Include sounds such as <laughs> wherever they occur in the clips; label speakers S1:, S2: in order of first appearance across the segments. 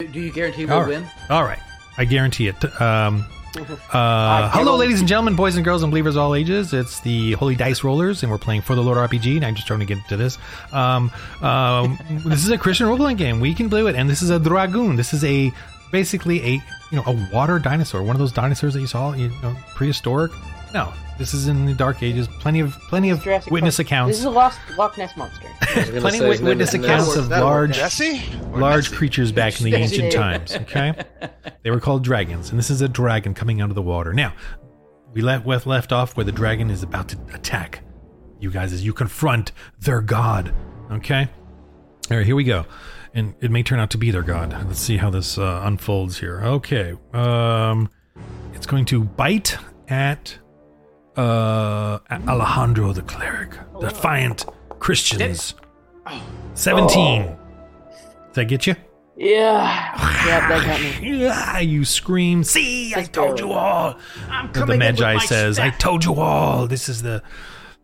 S1: Do you guarantee we'll
S2: All right. <laughs>
S1: win?
S2: All right. I guarantee it. Um, uh, hello,
S1: don't-
S2: ladies and gentlemen, boys and girls, and believers of all ages. It's the Holy Dice Rollers, and we're playing for the Lord RPG. And I'm just trying to get into this. Um, um, this is a Christian role playing game. We can play it, and this is a dragoon. This is a basically a you know a water dinosaur, one of those dinosaurs that you saw, you know, prehistoric. No, this is in the Dark Ages. Plenty of plenty of
S3: Jurassic
S2: witness
S3: Park.
S2: accounts.
S3: This is a lost Loch Ness monster.
S2: plenty of witness accounts of
S4: That'll work.
S2: large
S4: Jesse? Or
S2: large
S4: Nessie?
S2: creatures back in the ancient
S3: Interesting.
S2: times. Okay, they were called dragons, and this is a dragon coming out of the water. Now, we left with left off where the dragon is about to attack you guys as you confront their god. Okay, all right, here we go, and it may turn out to be their god. Let's see how this uh, unfolds here. Okay, um, it's going to bite at uh Alejandro the cleric, defiant Christians. Seventeen. Does that get you?
S3: yeah. Yeah, that got me.
S2: Yeah, you scream. See, I told you all.
S5: I'm
S2: The
S5: coming in with
S2: Magi
S5: my
S2: says, "I
S5: staff.
S2: told you all. This is the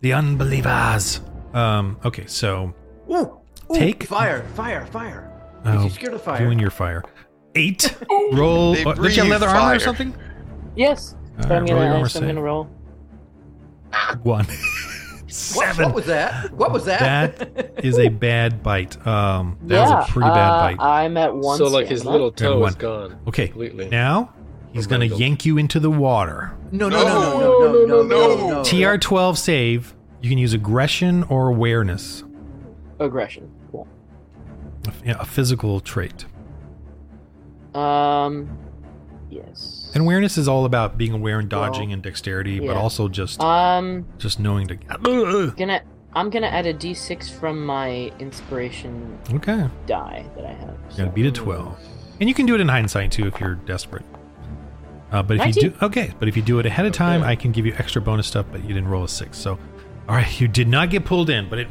S2: the unbelievers." Um. Okay, so
S5: Ooh, ooh,
S2: Take-
S5: fire, fire, fire.
S2: oh,
S5: He's scared of fire.
S2: you and your fire.
S5: <laughs>
S2: Eight. roll.
S4: They
S2: oh, did you have
S4: breathe
S2: leather armor or
S4: fire.
S2: something?
S3: Yes.
S2: All
S3: So
S2: right,
S3: I'm
S2: roll your
S3: gonna,
S2: armor
S3: so I'm
S2: save.
S3: gonna roll.
S5: <laughs>
S2: One.
S5: What,
S2: Seven.
S5: what was that? What was that?
S2: that is a bad bite. Um, that
S3: yeah,
S2: was a pretty bad
S3: uh,
S2: bite.
S3: I'm at one.
S6: So like his
S3: stamina.
S6: little toe
S2: one.
S6: is gone.
S2: okay,
S6: completely.
S2: now he's gonna
S6: Illegal.
S5: <laughs>
S6: <laughs>
S2: yank you into the water.
S5: <laughs> no, no, no,
S4: No,
S5: no, no, no, no,
S4: no,
S5: no,
S4: no.
S5: no.
S2: TR12 save. You can use aggression or awareness,
S3: aggression. Cool.
S2: a, a physical trait.
S3: Um, yes.
S2: And awareness is all about being aware and dodging and dexterity,
S3: yeah. uh,
S2: but also just
S3: Um,
S2: just knowing to.
S3: gonna I'm gonna add a d6 from my inspiration
S2: Okay, you
S3: die that I have. So.
S2: gotta beat a 12, and you can do it in hindsight too if you're desperate. Uh, but if you do, okay. But if you do it ahead of time, I can give you extra bonus stuff. But you didn't roll a six, so all right, <laughs> you did not get pulled in, but it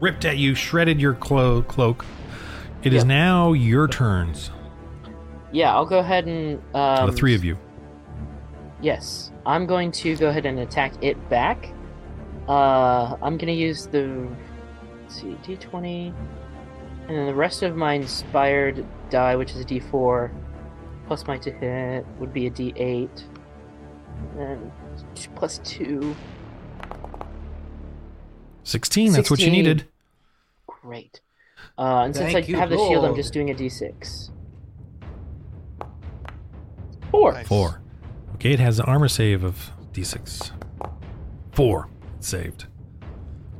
S2: ripped at you, shredded your clo- cloak. It is
S3: Yeah.
S2: now your turns,
S3: Yeah, I'll go ahead and
S2: uh,
S3: um,
S2: the three of you.
S3: Yes, I'm going to go ahead and attack it back. Uh, I'm gonna use the let's see d20, and then the rest of my inspired die, which is a d4, plus my to hit would be a d8, and then plus two.
S2: 16, that's what you
S3: 16.
S2: needed.
S3: Great. Uh, and since
S5: Thank
S3: I
S5: you,
S3: have the shield, I'm
S5: Lord.
S3: just doing a d6. Four.
S4: Nice.
S2: Four. Okay, it has an armor save of d6. Four. It's saved.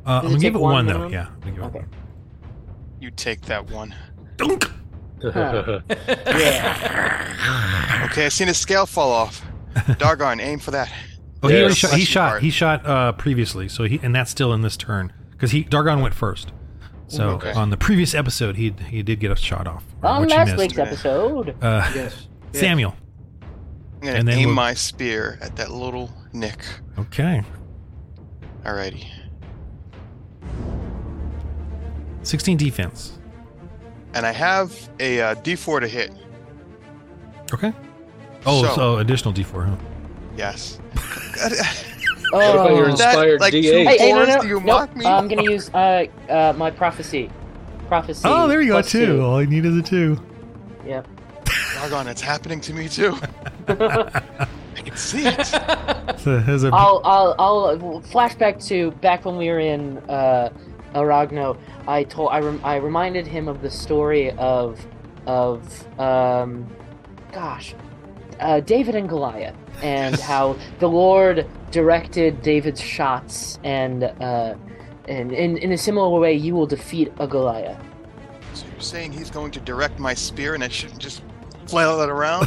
S2: Uh, I'm
S3: Does it
S2: gonna give
S3: take
S2: it
S3: one
S2: one, though.
S3: minimum?
S2: Yeah. I'm gonna give it
S3: Okay.
S2: one.
S4: You take that one.
S2: Dunk!
S4: Okay, I've seen a scale fall
S2: <laughs>
S4: off. Dargon, aim for that.
S2: Oh, he,
S6: Yeah,
S2: already shot, he
S4: fleshy
S2: shot.
S4: part.
S2: He shot uh, previously, so he and that's still in this turn because he Dargon went first. So
S4: Okay.
S2: on the previous episode, he he did get a shot off.
S3: On
S2: which he
S3: last
S2: missed.
S3: week's episode.
S2: uh,
S5: Yes. yes.
S2: Samuel.
S4: I'm gonna
S2: And then
S4: aim
S2: we'll-
S4: my spear at that little nick.
S2: Okay.
S4: Alrighty.
S2: 16 defense.
S4: And I have a uh, D4 to hit.
S2: Okay. Oh, so,
S4: So-
S2: additional d4. Huh? <laughs>
S4: Yes. <laughs>
S6: Everybody
S3: Oh.
S6: you're inspired
S4: like,
S6: D8.
S3: Hey, hey, no,
S4: Forrest,
S3: no,
S4: do
S3: no.
S4: you mock me?
S3: Uh, I'm gonna use uh, uh, my prophecy. Prophecy.
S2: Oh, there you go.
S3: plus
S2: Two. All I need is a two.
S3: two. Yep.
S4: Dargon, it's happening to
S2: <laughs>
S4: me too. I can see it.
S2: So it has a-
S3: I'll, I'll, I'll flashback to back when we were in uh, Aragno. I told, I, rem- I reminded him of the story of, of, um, gosh, uh, David and Goliath, and
S2: <laughs>
S3: how the Lord directed David's shots, and uh, and in, in a similar way, you will defeat a
S2: <laughs>
S3: Goliath.
S4: So you're saying he's going to direct my spear and I shouldn't just flail it around?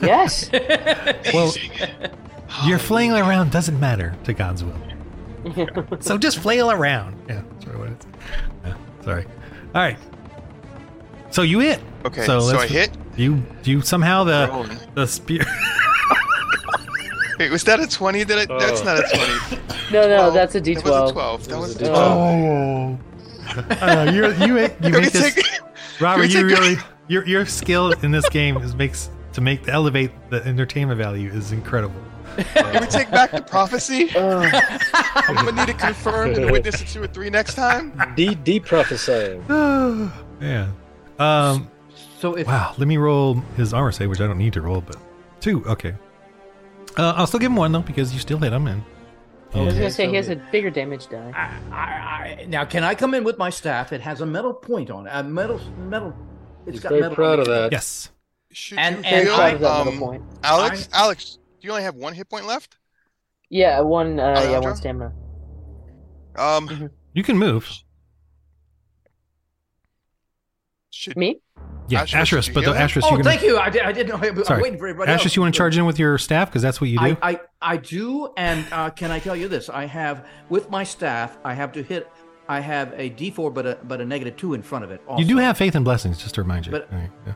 S3: Yes.
S4: <laughs>
S2: well, Your
S4: Hallelujah.
S2: flailing around doesn't matter to God's
S3: <laughs>
S2: will. so just flail around. Yeah, that's right. What it's, yeah, sorry. All right. So you hit.
S4: Okay, so,
S2: let's- Uh,
S4: I hit.
S2: You you somehow the
S4: Rolling.
S2: the spear.
S4: Wait, was that a 20? That I, That's
S6: Oh.
S4: not a 20.
S3: No, <laughs> no,
S4: Well,
S3: that's a D12.
S4: That was a 12. That
S6: It was
S4: was
S6: a
S2: <laughs>
S4: a 12.
S6: D12.
S2: Oh. Uh, you're, you hit- you
S4: <laughs> Can we
S2: make this,
S4: take-
S2: Robert.
S4: can we
S2: You
S4: take-
S2: really your your skill in this game is makes to make to elevate the entertainment value is
S4: <sighs>
S2: incredible.
S4: Can we take back the prophecy?
S3: <laughs> Ugh.
S4: I'm gonna need it confirmed and witness it two or three next time.
S6: D D prophesying.
S2: yeah. Um,
S5: So if
S2: Wow, let me roll his armor save, which I don't need to roll, but two. Okay. Uh, I'll still give him one though because you still hit him, and
S3: I was
S2: Yeah.
S3: gonna say
S5: so
S3: he has
S5: Oh,
S3: a
S5: it-
S3: bigger damage die.
S5: I, I, I, now can I come in with my staff? It has a metal point on it. A metal metal. It's
S6: He's
S5: got
S6: very
S5: metal.
S6: proud of that.
S2: yes,
S4: Should
S5: And-
S4: you
S5: and
S4: heal,
S5: I-
S3: Proud of that metal
S4: um,
S3: point.
S4: Alex, Alex, do you only have one hit point left?
S3: Yeah, one. Uh, yeah,
S4: Alejandro?
S3: one stamina.
S4: Um,
S2: you can move.
S4: should
S3: Me?
S2: Yeah,
S4: Asherus, did
S2: Asherus,
S4: you
S2: but the
S4: heal him?
S2: Asherus,
S5: Oh,
S2: you can.
S5: thank you. I, did, I didn't know. I,
S2: Sorry.
S5: am waiting for everybody.
S2: Asherus,
S5: else.
S2: you want to charge in with your staff because that's what you do.
S5: I, I I do, and uh, can I tell you this? I have with my staff. I have to hit. I have a D4, but a but a negative two in front of it. Also.
S2: you do have faith and blessings, just to remind you.
S5: But-
S2: All right, yeah.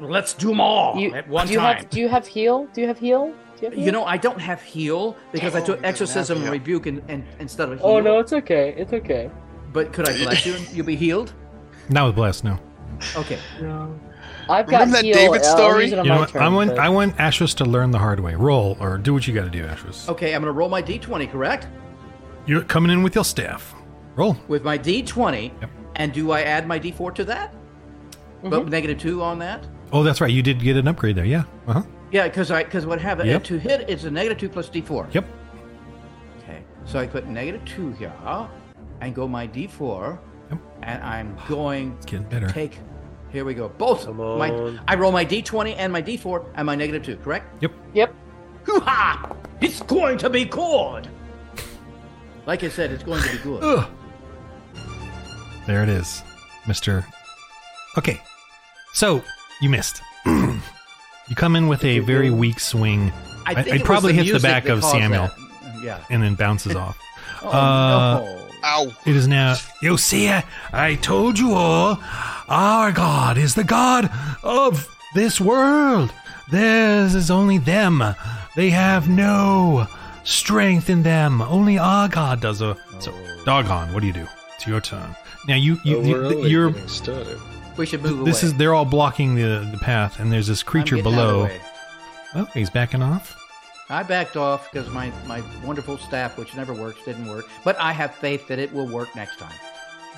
S5: Let's do them all
S3: You,
S5: Oh, at one
S3: do you
S5: time.
S3: have? Do you have heal? Do you have heal? Do you, have
S5: You
S3: heal?
S5: know, I don't have heal because I
S4: Oh,
S5: took
S4: he doesn't have
S5: exorcism and
S4: heal.
S5: rebuke and, and instead of heal.
S3: Oh no, it's okay. It's okay.
S5: But could I bless you and you'll be healed?
S2: Not with bless, no.
S5: Okay.
S3: I've got
S4: Remember that
S3: heal.
S4: David
S3: uh, I'll
S4: story?
S3: use it on
S2: You know
S3: my
S2: what?
S3: turn,
S2: I want
S3: but-
S2: I want Asherus to learn the hard way. Roll or do what you got to do, Asherus.
S5: Okay, I'm gonna roll my D20, correct?
S2: You're coming in with your staff. Roll.
S5: With my D20,
S2: Yep.
S5: and do I add my D4 to that?
S3: Mm-hmm.
S5: But negative two on that.
S2: Oh, that's right. You did get an upgrade there. Yeah. Uh huh.
S5: Yeah, because I because what happened
S2: Yep.
S5: to hit is a negative two plus D4.
S2: Yep.
S5: Okay, so I put negative two here, and go my D4,
S2: Yep.
S5: and I'm going
S2: It's getting better.
S5: take. Here we go. Both of
S6: Come
S5: my
S6: on.
S5: I roll my D20 and my D4 and my negative two, correct?
S2: Yep.
S3: Yep.
S5: Hoo ha! It's going to be good. Like I said, it's going to be good.
S2: Ugh. There it is, Mister. Okay. So you missed. <clears throat> you come in with a very weak swing. I-
S5: think
S2: it
S5: was
S2: probably hits the
S5: music
S2: back
S5: that
S2: of
S5: caused
S2: Samuel.
S5: that. Yeah.
S2: and then bounces off.
S5: Oh,
S2: Uh,
S5: no.
S4: Ow.
S2: It is now. You see, I told you all. Our God is the God of this world. Theirs is only them. They have no strength in them. Only our God does. A so, doggone. What do you do? It's your turn. Now you, you,
S6: Oh,
S2: you
S6: we're only
S2: you're.
S6: getting started.
S5: We should move
S2: This
S5: away.
S2: is. They're all blocking the the path, and there's this
S5: I'm
S2: creature
S5: getting out of the
S2: below.
S5: way.
S2: Oh, he's backing off.
S5: I backed off because my, my wonderful staff, which never works, didn't work. But I have faith that it will work next time.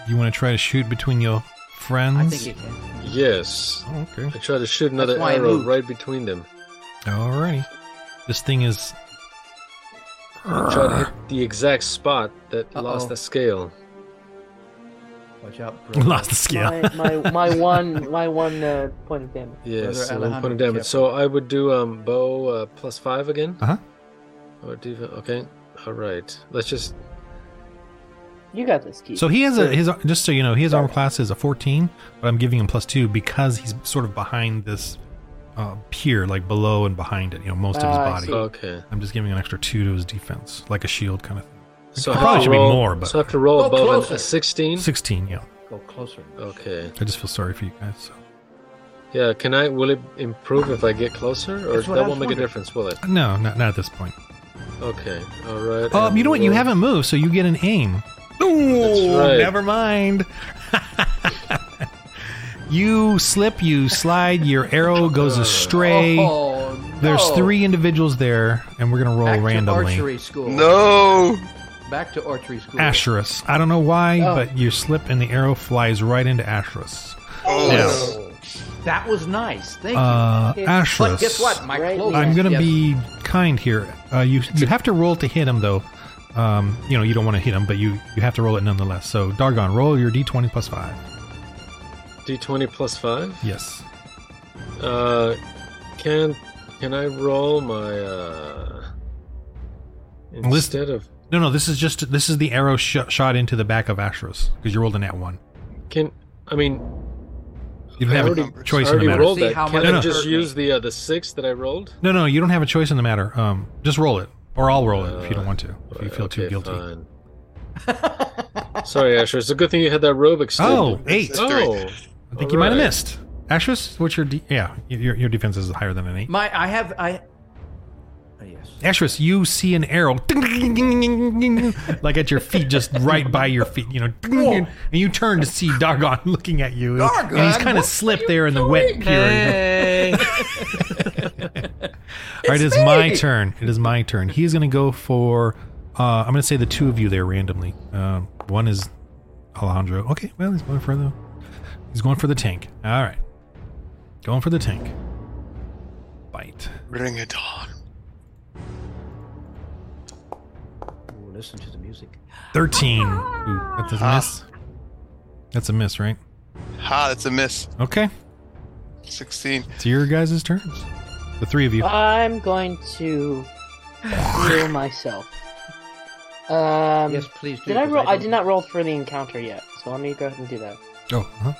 S2: You want to try to shoot between your friends?
S5: I think it can.
S6: Yes.
S2: Oh, okay.
S6: I tried to shoot another
S5: That's why I
S6: arrow
S5: moved.
S6: right between them.
S2: Alrighty. This thing is.
S6: I tried to hit the exact spot that
S5: Uh-oh.
S6: lost the scale.
S5: Watch out, brother.
S2: <laughs> Lost the scale.
S3: My,
S2: <laughs>
S3: my my one my one uh, point of damage.
S5: Brother
S6: Yes, so one
S5: Alejandro
S6: point of damage. So I would do um bow uh, plus five again.
S2: Uh-huh.
S6: Or def- okay. All right. Let's just.
S3: You got this, Keith.
S2: So he has a his just so you know his armor class is a 14, but I'm giving him plus two because he's sort of behind this uh, pier, like below and behind it. You know, most of his
S3: Ah, I
S2: body.
S3: see.
S6: Okay.
S2: I'm just giving an extra two to his defense, like a shield kind of thing.
S6: So
S2: It
S6: I have
S2: probably
S6: to
S2: should be
S6: roll-
S2: more, but-
S6: so I have to roll
S5: Go
S6: above an-
S5: Oh, closer.
S6: a sixteen.
S2: 16, yeah.
S5: Go closer.
S6: Okay.
S2: I just feel sorry for you guys. So.
S6: Yeah. Can I? Will it improve if I get closer, or
S5: That's
S6: that
S5: what I was
S6: won't make a
S5: wondering.
S6: difference, will it?
S2: No, not, not at this point.
S6: Okay. All right.
S2: Um,
S6: and
S2: you know what? You
S6: roll-
S2: haven't moved, so you get an aim. Ooh,
S6: right.
S2: never mind. <laughs> you slip, you slide, your arrow goes astray.
S5: Oh, no.
S2: There's three individuals there, and we're gonna roll
S5: Back To
S2: randomly.
S5: archery school.
S4: No.
S5: Back to archery school.
S2: Asherus. I don't know why,
S3: Oh.
S2: but you slip and the arrow flies right into Asherus.
S4: Oh,
S2: Yes.
S5: That was nice. Thank you.
S2: Uh,
S3: Okay.
S2: Asherus.
S5: but guess what? My
S3: Right
S5: clothes.
S2: I'm gonna
S5: Yes.
S2: be kind here. Uh, you you have to roll to hit him though. Um, you know you don't want to hit him, but you you have to roll it nonetheless. So Dargon, roll your d20 plus five.
S6: D20 plus five.
S2: Yes.
S6: Uh, can can I roll my uh
S2: List-
S6: instead of
S2: No, no. This is just this is the arrow sh- shot into the back of Asherus because you rolled a nat one.
S6: can I mean
S2: You don't
S6: I
S2: have
S6: already,
S2: a
S4: numbers.
S2: choice
S6: I
S2: in the
S6: already
S2: matter.
S6: rolled
S5: See
S6: that.
S5: how
S6: Can
S5: much
S2: it
S6: I just
S5: hurt me.
S6: use the uh, the six that I rolled?
S2: No, no. You don't have a choice in the matter. Um, just roll it, or I'll roll it if you don't want to. If you feel too
S6: Okay,
S2: guilty.
S6: fine. Sorry, Asher. It's a good thing you had that robe extended.
S2: Oh, eight.
S4: That's
S6: oh,
S4: great.
S2: I think you might have
S6: Alright.
S2: missed. Asherus, what's your de- yeah? Your, your defense is higher than an
S5: <laughs>
S2: eight.
S5: My, I have, I. Oh, yes.
S2: Asherus, you see an arrow ding, ding, ding, ding, ding, ding, like at your
S5: <laughs>
S2: feet, just right by your feet, you know. ding, ding, ding. and you turn to see Dargon <laughs> looking at you, and he's
S5: Dargon,
S2: kind of
S5: what
S2: slipped there in the wet pier.
S5: <laughs>
S2: All right, it is my turn. It is my turn. He's going to go for. Uh, I'm going to say the Uh, two of you there randomly. Um, one is Alejandro. Okay, well he's going for the He's going for the tank. All right. Going for the tank. Bite.
S4: Bring it on.
S5: Ooh, listen to the music.
S2: 13. Ooh, that's a miss. That's a miss, right?
S4: Ha, that's a miss.
S2: Okay.
S4: 16.
S2: It's your guys' turns. The three of you.
S3: I'm going to
S5: <sighs>
S3: heal myself. Um,
S5: yes, please do.
S3: did I
S5: 'cause
S3: roll? I,
S5: don't-
S3: did not roll for the encounter yet, so let me go ahead and do that.
S2: Oh, huh?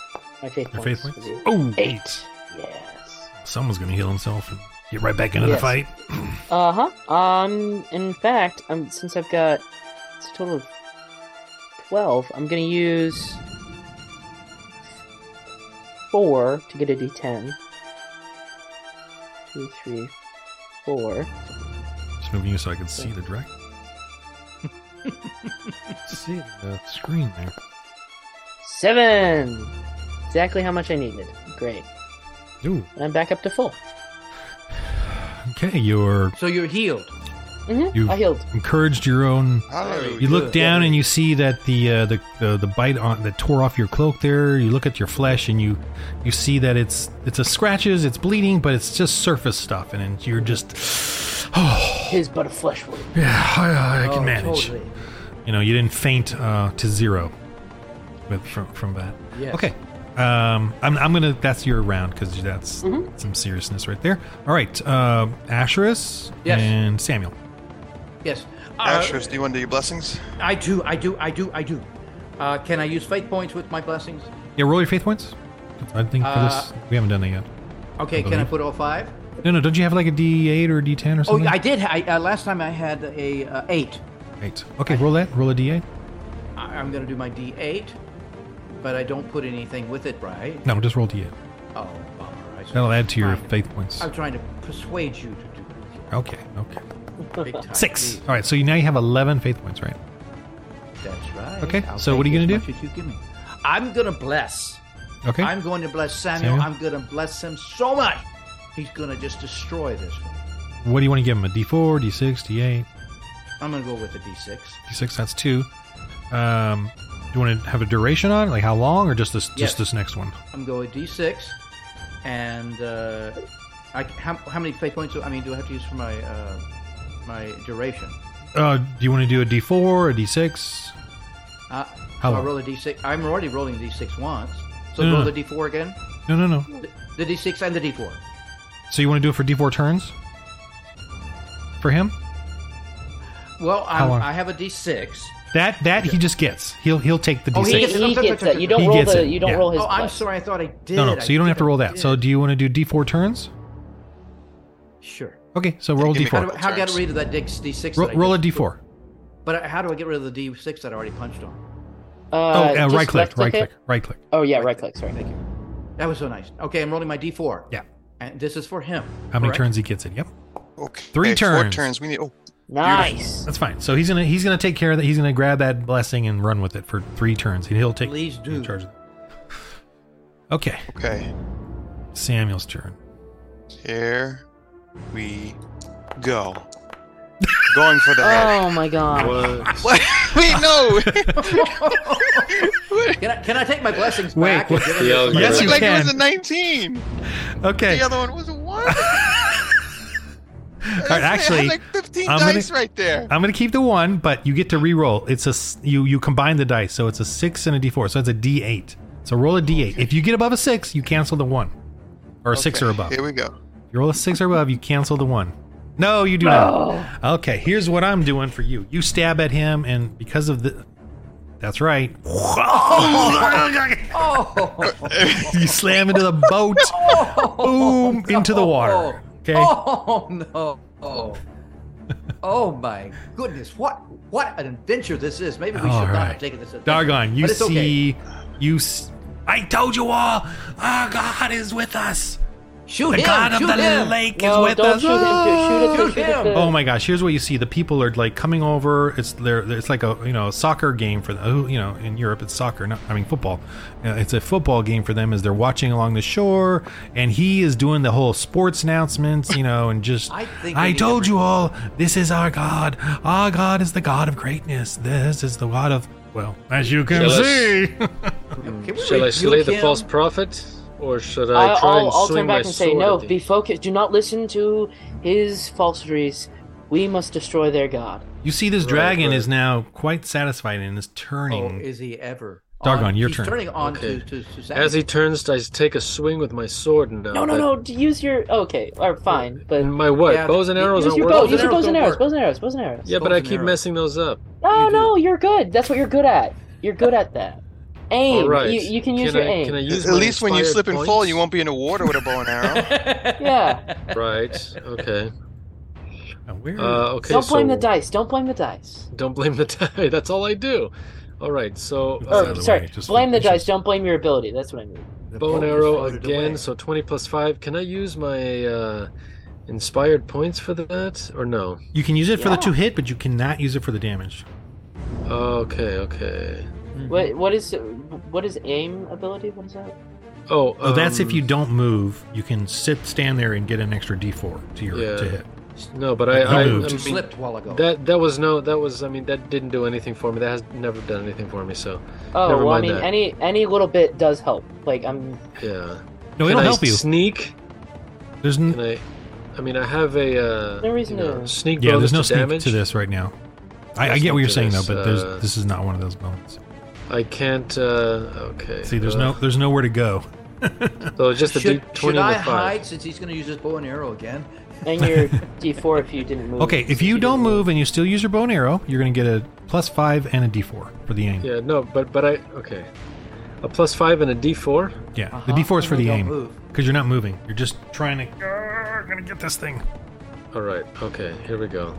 S3: My faith
S2: Your faith
S3: points.
S2: points?
S3: will be-
S2: Oh,
S3: Eight. Yes.
S2: Someone's going to heal himself and get right back into
S3: Yes.
S2: the fight.
S3: Uh huh. Um, in fact, um, since I've got it's a total of twelve, I'm gonna use four to get a D10. Two, three, four.
S2: Just moving you so I can see the <laughs> dragon. see it in the screen there.
S3: Seven. Exactly how much I needed. Great.
S2: Ooh.
S3: And I'm back up to full.
S2: Okay, you're
S5: So you're healed.
S3: hmm
S2: You-
S3: I healed.
S2: encouraged your own
S4: Hallelujah.
S2: You look
S5: Good.
S2: down and you see that the uh, the, the the bite on that tore off your cloak there. You look at your flesh and you you see that it's it's a scratches, it's bleeding, but it's just surface stuff, and, then you're just <sighs> oh
S3: His but a flesh wound.
S2: yeah, I, I can
S5: Oh,
S2: manage.
S5: Totally.
S2: You know, you didn't faint uh, to zero with from from that.
S5: Yes.
S2: Okay. Um, I'm, I'm gonna. That's your round because that's
S5: Mm-hmm.
S2: some seriousness right there. All right, uh, Asherus
S5: Yes.
S2: and Samuel.
S5: Yes. Uh,
S4: Asherus, do you want to do your blessings?
S5: I do. I do. I do. I do. Uh, can I use fate points with my blessings?
S2: Yeah, roll your faith points. I think for
S5: Uh,
S2: this we haven't done that yet.
S5: Okay. Can I put all five?
S2: No, no. Don't you have like a D8 or a D10 or
S5: Oh,
S2: something?
S5: I did. I, uh, last time I had a uh, eight.
S2: Eight. Okay, roll that. Roll a D8.
S5: I, I'm going to do my D8, but I don't put anything with it, right?
S2: No, just roll D8.
S5: Oh, bummer. I
S2: That'll add to your
S5: Fine.
S2: faith points.
S5: I'm trying to persuade you to do it.
S2: Okay. Okay.
S5: Big
S2: <laughs>
S5: time,
S2: Six.
S5: please.
S2: All right. So you now you have 11 faith points, right?
S5: That's right.
S2: Okay, so what are
S5: take
S2: you gonna
S5: as
S2: do?
S5: much as you give me. I'm going to bless.
S2: Okay.
S5: I'm going to bless Samuel.
S2: Samuel?
S5: I'm going to bless him so much. He's going to just destroy this one.
S2: what do you want to give him? A D4, D6, D8,
S5: I'm going to go with a D6.
S2: D6. That's two. Um, do you want to have a duration on it? Like how long, or just this
S5: Yes.
S2: just this next one?
S5: I'm going D6, and uh, I, how, how many fate points? Do, I mean, do I have to use for my uh, my duration?
S2: Uh, do you want to do a D4, a D6?
S5: Uh,
S2: How
S5: so I
S2: long? Hmm.
S5: roll a D6. I'm already rolling D6 once, so
S2: No, no,
S5: roll
S2: no.
S5: the D4 again.
S2: No, no, no.
S5: The, the D6 and the D4.
S2: So you want to do it for D4 turns? For him?
S5: Well, I'm,
S2: long?
S5: I have a D6.
S2: That that he just gets. He'll he'll take the D6.
S5: Oh,
S3: He,
S5: gets it.
S3: he gets it. You don't
S2: He
S3: roll
S2: gets
S3: the.
S2: it,
S3: You don't
S2: yeah.
S3: roll his.
S5: oh, I'm
S3: flesh.
S5: sorry. I thought I did.
S2: No, no.
S5: I
S2: So you don't have to
S5: did, I
S2: roll that.
S5: did.
S2: So do you want to do D4 turns?
S5: sure.
S2: Okay, so roll
S4: Give me
S5: How
S2: D4.
S5: do, I- how do I get rid of that D- D6?
S2: Roll,
S5: that I
S2: roll a
S5: did?
S2: D4.
S5: But how do I get rid of the D6 that I already punched on?
S2: Oh, uh,
S3: just
S2: right click, right
S3: left-click it?
S2: click, right click.
S3: Oh yeah, right click. Sorry.
S5: Thank you. That was so nice. Okay, I'm rolling my D4.
S2: Yeah.
S5: And this is for him.
S2: How many
S5: correct?
S2: turns he gets it? Yep,
S4: Okay.
S2: Three
S4: Four
S2: turns.
S4: turns. We need. Oh,
S3: Nice.
S2: that's fine. So he's gonna he's gonna take care of that. He's gonna grab that blessing and run with it for three turns. And he'll take
S5: Please do.
S2: he'll charge it. Okay,
S4: okay.
S2: Samuel's turn.
S4: Here we go. Going for the head.
S3: Oh my god.
S6: What?
S4: What? <laughs>
S2: <laughs>
S4: Wait, no.
S5: <laughs> Can I, can I take my blessings
S2: Wait,
S5: back? and
S2: what-
S5: give it to
S6: Yeah,
S5: my
S6: yes,
S5: brother?
S2: you
S4: like it was
S2: can.
S4: a 19.
S2: Okay,
S4: The
S2: all
S4: other one was a 1.
S2: right. Actually,
S4: like 15
S2: I'm gonna-
S4: dice right there.
S2: I'm gonna keep the one, but you get to re-roll. It's a s- you you combine the dice, so it's a six and a D4, so it's a D8. So roll a D8. If you get above a six, you cancel the one, or a six or
S4: Okay,
S2: above.
S4: Here we go.
S2: You roll a six or above, you cancel the one. No, you do not. Okay, here's what I'm doing for you. You stab at him, and because of the. That's right. <laughs>
S5: Oh,
S2: you slam into the boat. Boom! Into the water. Okay?
S5: oh no. Oh. oh my goodness. What what an adventure this is. Maybe we should
S2: All
S5: not
S2: right.
S5: have taken this adventure.
S2: Doggone, you
S5: but it's Okay.
S2: see. You. S- I told you all, our God is with us.
S5: Shoot
S2: The
S5: him.
S2: God of
S5: shoot
S2: the
S5: him.
S2: lake
S3: No,
S2: is with
S3: don't
S2: us.
S3: shoot him. Dude. Shoot him.
S5: Shoot
S3: Shoot him.
S5: him.
S2: Oh my gosh! Here's what you see: the people are like coming over. It's there. It's like a you know soccer game for them. You know, in Europe, it's soccer. Not, I mean football. Uh, it's a football game for them as they're watching along the shore. And he is doing the whole sports announcements, you know, and just
S5: I think we
S2: I
S5: need to
S2: told
S5: bring-
S2: you all, this is our God. Our God is the God of greatness. This is the God of well, as you can
S6: Jealous.
S2: see. <laughs>
S5: Okay, wait,
S6: Shall I
S5: wait,
S6: slay the
S5: Joachim-
S6: false prophet, or should I
S3: I'll,
S6: try
S3: I'll,
S6: and
S3: I'll
S6: swing
S3: turn
S6: my
S3: back and say,
S6: sword?
S3: no,
S6: at thee?
S3: be focused. Do not listen to his falsities. We must destroy their god.
S2: You see, this
S6: Right,
S2: dragon
S6: right.
S2: is now quite satisfied and is
S5: Oh,
S2: turning.
S5: is he ever?
S2: Doggone,
S5: on-
S2: your
S5: he's
S2: turn.
S5: turning on
S6: Okay.
S5: to, to, to Sam. <laughs>
S6: As he turns, I take a swing with my sword now.
S3: No, no,
S6: but-
S3: no. d- Use your. Okay, or fine. But
S6: And my what?
S5: Yeah,
S6: bows and
S5: th-
S6: arrows
S3: use
S6: aren't
S3: your
S5: work.
S3: bow.
S5: Bows
S6: working.
S3: Use your
S5: and
S3: bows and arrows.
S5: arrows don't
S3: Bows and arrows. Bows and arrows.
S6: Yeah, but
S5: Bows
S6: I
S5: and
S6: keep
S5: arrows.
S6: messing those up.
S3: No,
S5: You do.
S3: no. You're good. That's what you're good at. You're good at that. Aim.
S6: All right.
S3: You, you can use
S6: can
S3: your
S6: I,
S3: aim.
S6: Can I use
S4: At
S6: my
S4: least when you
S6: inspired
S4: slip and fall,
S6: points?
S4: you won't be in a water with a bow and <laughs> arrow.
S6: <laughs>
S3: Yeah.
S6: Right. Okay.
S2: Uh, where-
S6: Uh, okay.
S3: Mm. Don't blame
S6: so
S3: the dice. Don't blame the dice.
S6: Don't blame the <laughs> die. That's all I do. All right. So
S2: Or-
S6: uh,
S2: By
S3: Or,
S2: the
S3: sorry,
S2: way, just
S3: blame the
S2: for patience.
S3: dice. Don't blame your ability. That's what I mean.
S5: The
S6: bow and
S5: boat
S6: arrow
S5: floated away.
S6: again. So twenty plus five. Can I use my uh, inspired points for that or no?
S2: you can use it for the
S3: Yeah.
S2: two hit, but you cannot use it for the damage.
S6: Okay. Okay.
S3: What what is what is aim ability? What is that?
S6: Oh,
S2: Oh, that's if
S6: um,
S2: you don't move. You can sit, stand there, and get an extra D4 to your
S6: Yeah.
S2: to hit.
S6: No, but I.
S2: You
S6: I, I
S2: moved.
S5: You
S6: mean,
S5: slipped a while ago.
S6: That that was no. That was. I mean, that didn't do anything for me. That has never done anything for me. So
S3: Oh,
S6: Never
S3: well, I
S6: mind
S3: mean,
S6: that.
S3: any any little bit does help. Like I'm
S6: yeah.
S2: No,
S6: Can
S2: it'll
S6: I
S2: help you.
S6: Sneak.
S2: There's
S6: Can
S2: n-
S6: I? I mean, I have a. Uh,
S3: No reason
S6: you know,
S3: to-
S6: sneak.
S2: yeah,
S6: bonus
S2: there's no
S6: to
S2: sneak
S6: damage.
S2: to this right now. I,
S6: No
S2: I get what
S6: sneak
S2: you're
S6: to
S2: saying
S6: this,
S2: though, but
S6: uh,
S2: there's this is not one of those moments.
S6: I can't. Uh, okay.
S2: See, there's
S6: uh,
S2: no there's nowhere to go.
S6: So just a
S5: should,
S6: D20
S5: should
S6: with
S5: I
S6: five.
S5: hide since he's going to use his bow and arrow again?
S3: and your D4 if you didn't move.
S2: Okay, if you
S3: didn't
S2: don't move and you still use your bow and arrow, you're gonna get a plus five and a D4 for the aim. Yeah,
S6: Yeah. No, but but I. Okay. A plus five and a D4.
S2: the D4 is for
S5: Uh-huh. Then
S2: the
S5: don't
S2: aim
S5: move.
S2: because you're not moving. You're just trying to. "Grr, I'm gonna get this thing.
S6: All right. Okay. Here we go.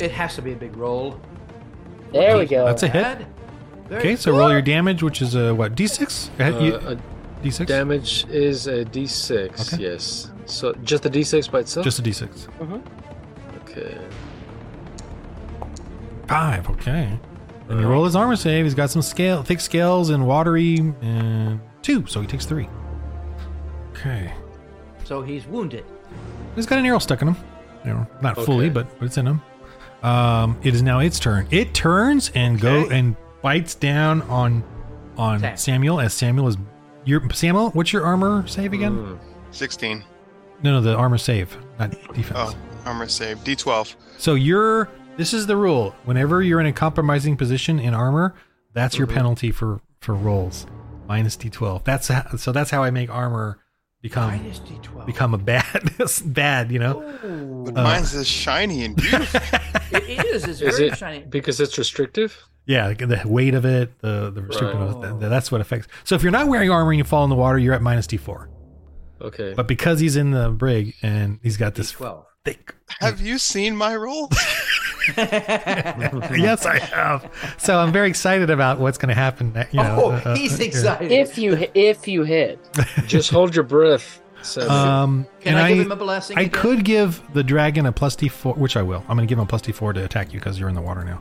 S5: It has to be a big roll.
S3: There we go.
S2: That's a hit.
S5: Bad. Very
S2: Okay, so roll your damage, which is a what D6? Uh,
S6: Uh,
S2: you-
S6: a
S2: D6.
S6: damage is a D6.
S2: Okay.
S6: Yes. So just a D6 by itself.
S2: Just a D6.
S6: okay.
S2: Five. Okay. And you roll his armor save. He's got some scale, thick scales, and watery. And two, so he takes three. Okay.
S5: So he's wounded.
S2: He's got an arrow stuck in him. Arrow. Not fully,
S6: Okay.
S2: but, but it's in him. Um, it is now its turn. It turns and go
S5: Okay.
S2: and bites down on on
S5: Sam.
S2: Samuel as Samuel is your Samuel. What's your armor save again?
S6: Mm.
S4: 16.
S2: No, no, the armor save, not defense.
S4: Oh, armor save. D12.
S2: So you're this is the rule. Whenever you're in a compromising position in armor, that's
S5: Mm-hmm.
S2: your penalty for for rolls. Minus d12. That's how, so that's how I make armor become
S5: Minus D12.
S2: become a bad <laughs> bad, you know. Uh,
S5: Ooh.
S4: But mine's is shiny
S2: <laughs>
S4: and beautiful.
S5: it is. It's
S6: Is
S5: very
S6: it
S5: shiny.
S6: because it's restrictive?
S2: Yeah, like the weight of it, the the restrictive
S5: Oh.
S6: Right.
S2: that- that- that's what affects. So if you're not wearing armor and you fall in the water, you're at minus d4.
S6: Okay.
S2: But because he's in the brig and he's got this
S5: D12.
S2: thick <laughs>
S4: Have you seen my roll?
S2: Yes, I have. So I'm very excited about what's going to happen, you know.
S5: <laughs> oh,
S2: uh,
S5: he's
S2: uh, yeah.
S5: excited.
S3: If you hi- if you <laughs> hit,
S6: Just hold your breath. Sam.
S2: Um
S5: Can
S2: and
S5: I give him a blessing?
S2: I
S5: again?
S2: could give the dragon a plus d4, which I will. I'm going to give him a plus d4 to attack you because you're in the water now.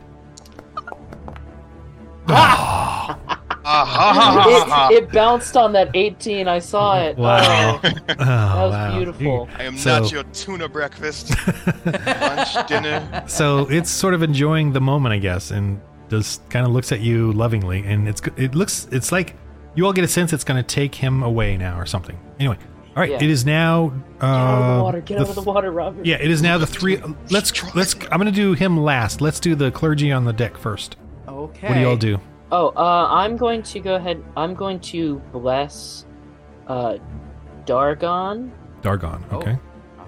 S4: Aha!
S3: it, it bounced on that 18. I saw it. <laughs>
S2: Wow.
S3: Oh,
S2: that
S3: that was beautiful.
S4: I am
S2: So-
S4: not your tuna
S2: <laughs>
S4: breakfast, lunch, dinner.
S2: So it's sort of enjoying the moment, I guess, and just kind of looks at you lovingly, and it's it looks it's like you all get a sense it's going to take him away now or something. Anyway, all right,
S3: Yeah.
S2: it is now. Uh,
S3: Get out of the water.
S2: the
S3: Get out of Um, the water, Robert.
S2: Yeah, it is now the three. Let's let's. I'm going to do him last. Let's do the clergy on the deck first.
S5: Okay.
S2: What do you all do?
S3: Oh, uh, I'm going to go ahead. I'm going to bless uh, Dargon.
S2: Dargon.
S5: Oh.
S2: Okay.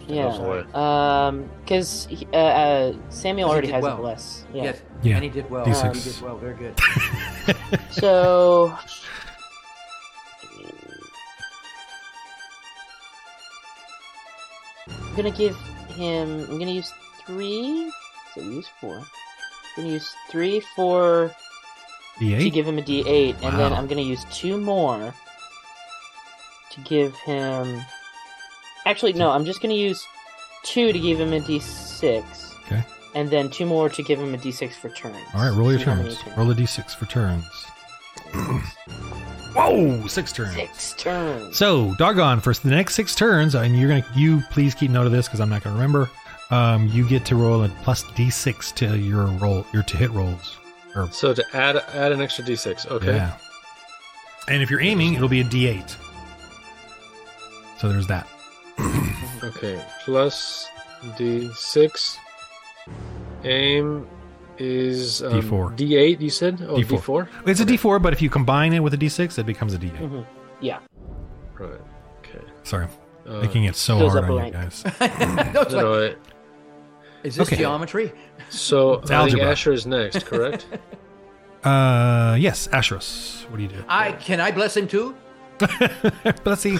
S3: Yeah.
S6: boy.
S3: Um, because uh, uh, Samuel
S5: He
S3: already
S5: did
S3: has
S5: well.
S3: a bless. Yeah.
S5: Yes.
S2: Yeah.
S5: And he did well.
S2: D6.
S5: He did well. Very
S2: <laughs>
S5: good.
S3: So. I'm gonna give him. I'm gonna use three. So we use four. I'm gonna use three, four to
S2: D8.
S3: give him a D8, and then
S2: Wow.
S3: I'm gonna use two more to give him. Actually, no. I'm just gonna use two to give him a D6.
S2: Okay.
S3: And then two more to give him a D6 for turns.
S2: All right, roll your
S3: See how many
S2: turns. Roll a d6 for turns. Whoa, six turns.
S3: Six turns.
S2: So, Dargon, for the next six turns, and you're gonna you please keep note of this because I'm not gonna remember. Um, you get to roll a plus d6 to your roll, your to hit rolls.
S6: So to add add an extra D6. Okay.
S2: Yeah. And if you're aiming, it'll be a d8. So there's that.
S6: Okay, plus d6. Aim is um,
S2: D4.
S6: D8, you said? Oh,
S2: D4.
S6: D4?
S2: It's a d4, but if you combine it with a d6, it becomes a d8.
S3: Yeah.
S6: Right. Okay.
S2: Sorry,
S6: Uh,
S2: making it so
S3: Goes
S2: hard
S3: up
S2: on
S3: a
S2: you
S3: rank.
S2: guys.
S5: No, it's
S6: no,
S5: like,
S6: no, it-
S5: is this
S2: Okay.
S5: geometry?
S6: so I think
S2: algebra.
S6: Asher is next, correct?
S2: Uh, yes, Asherus. What do you do?
S5: I can I bless him too?
S2: Blessy,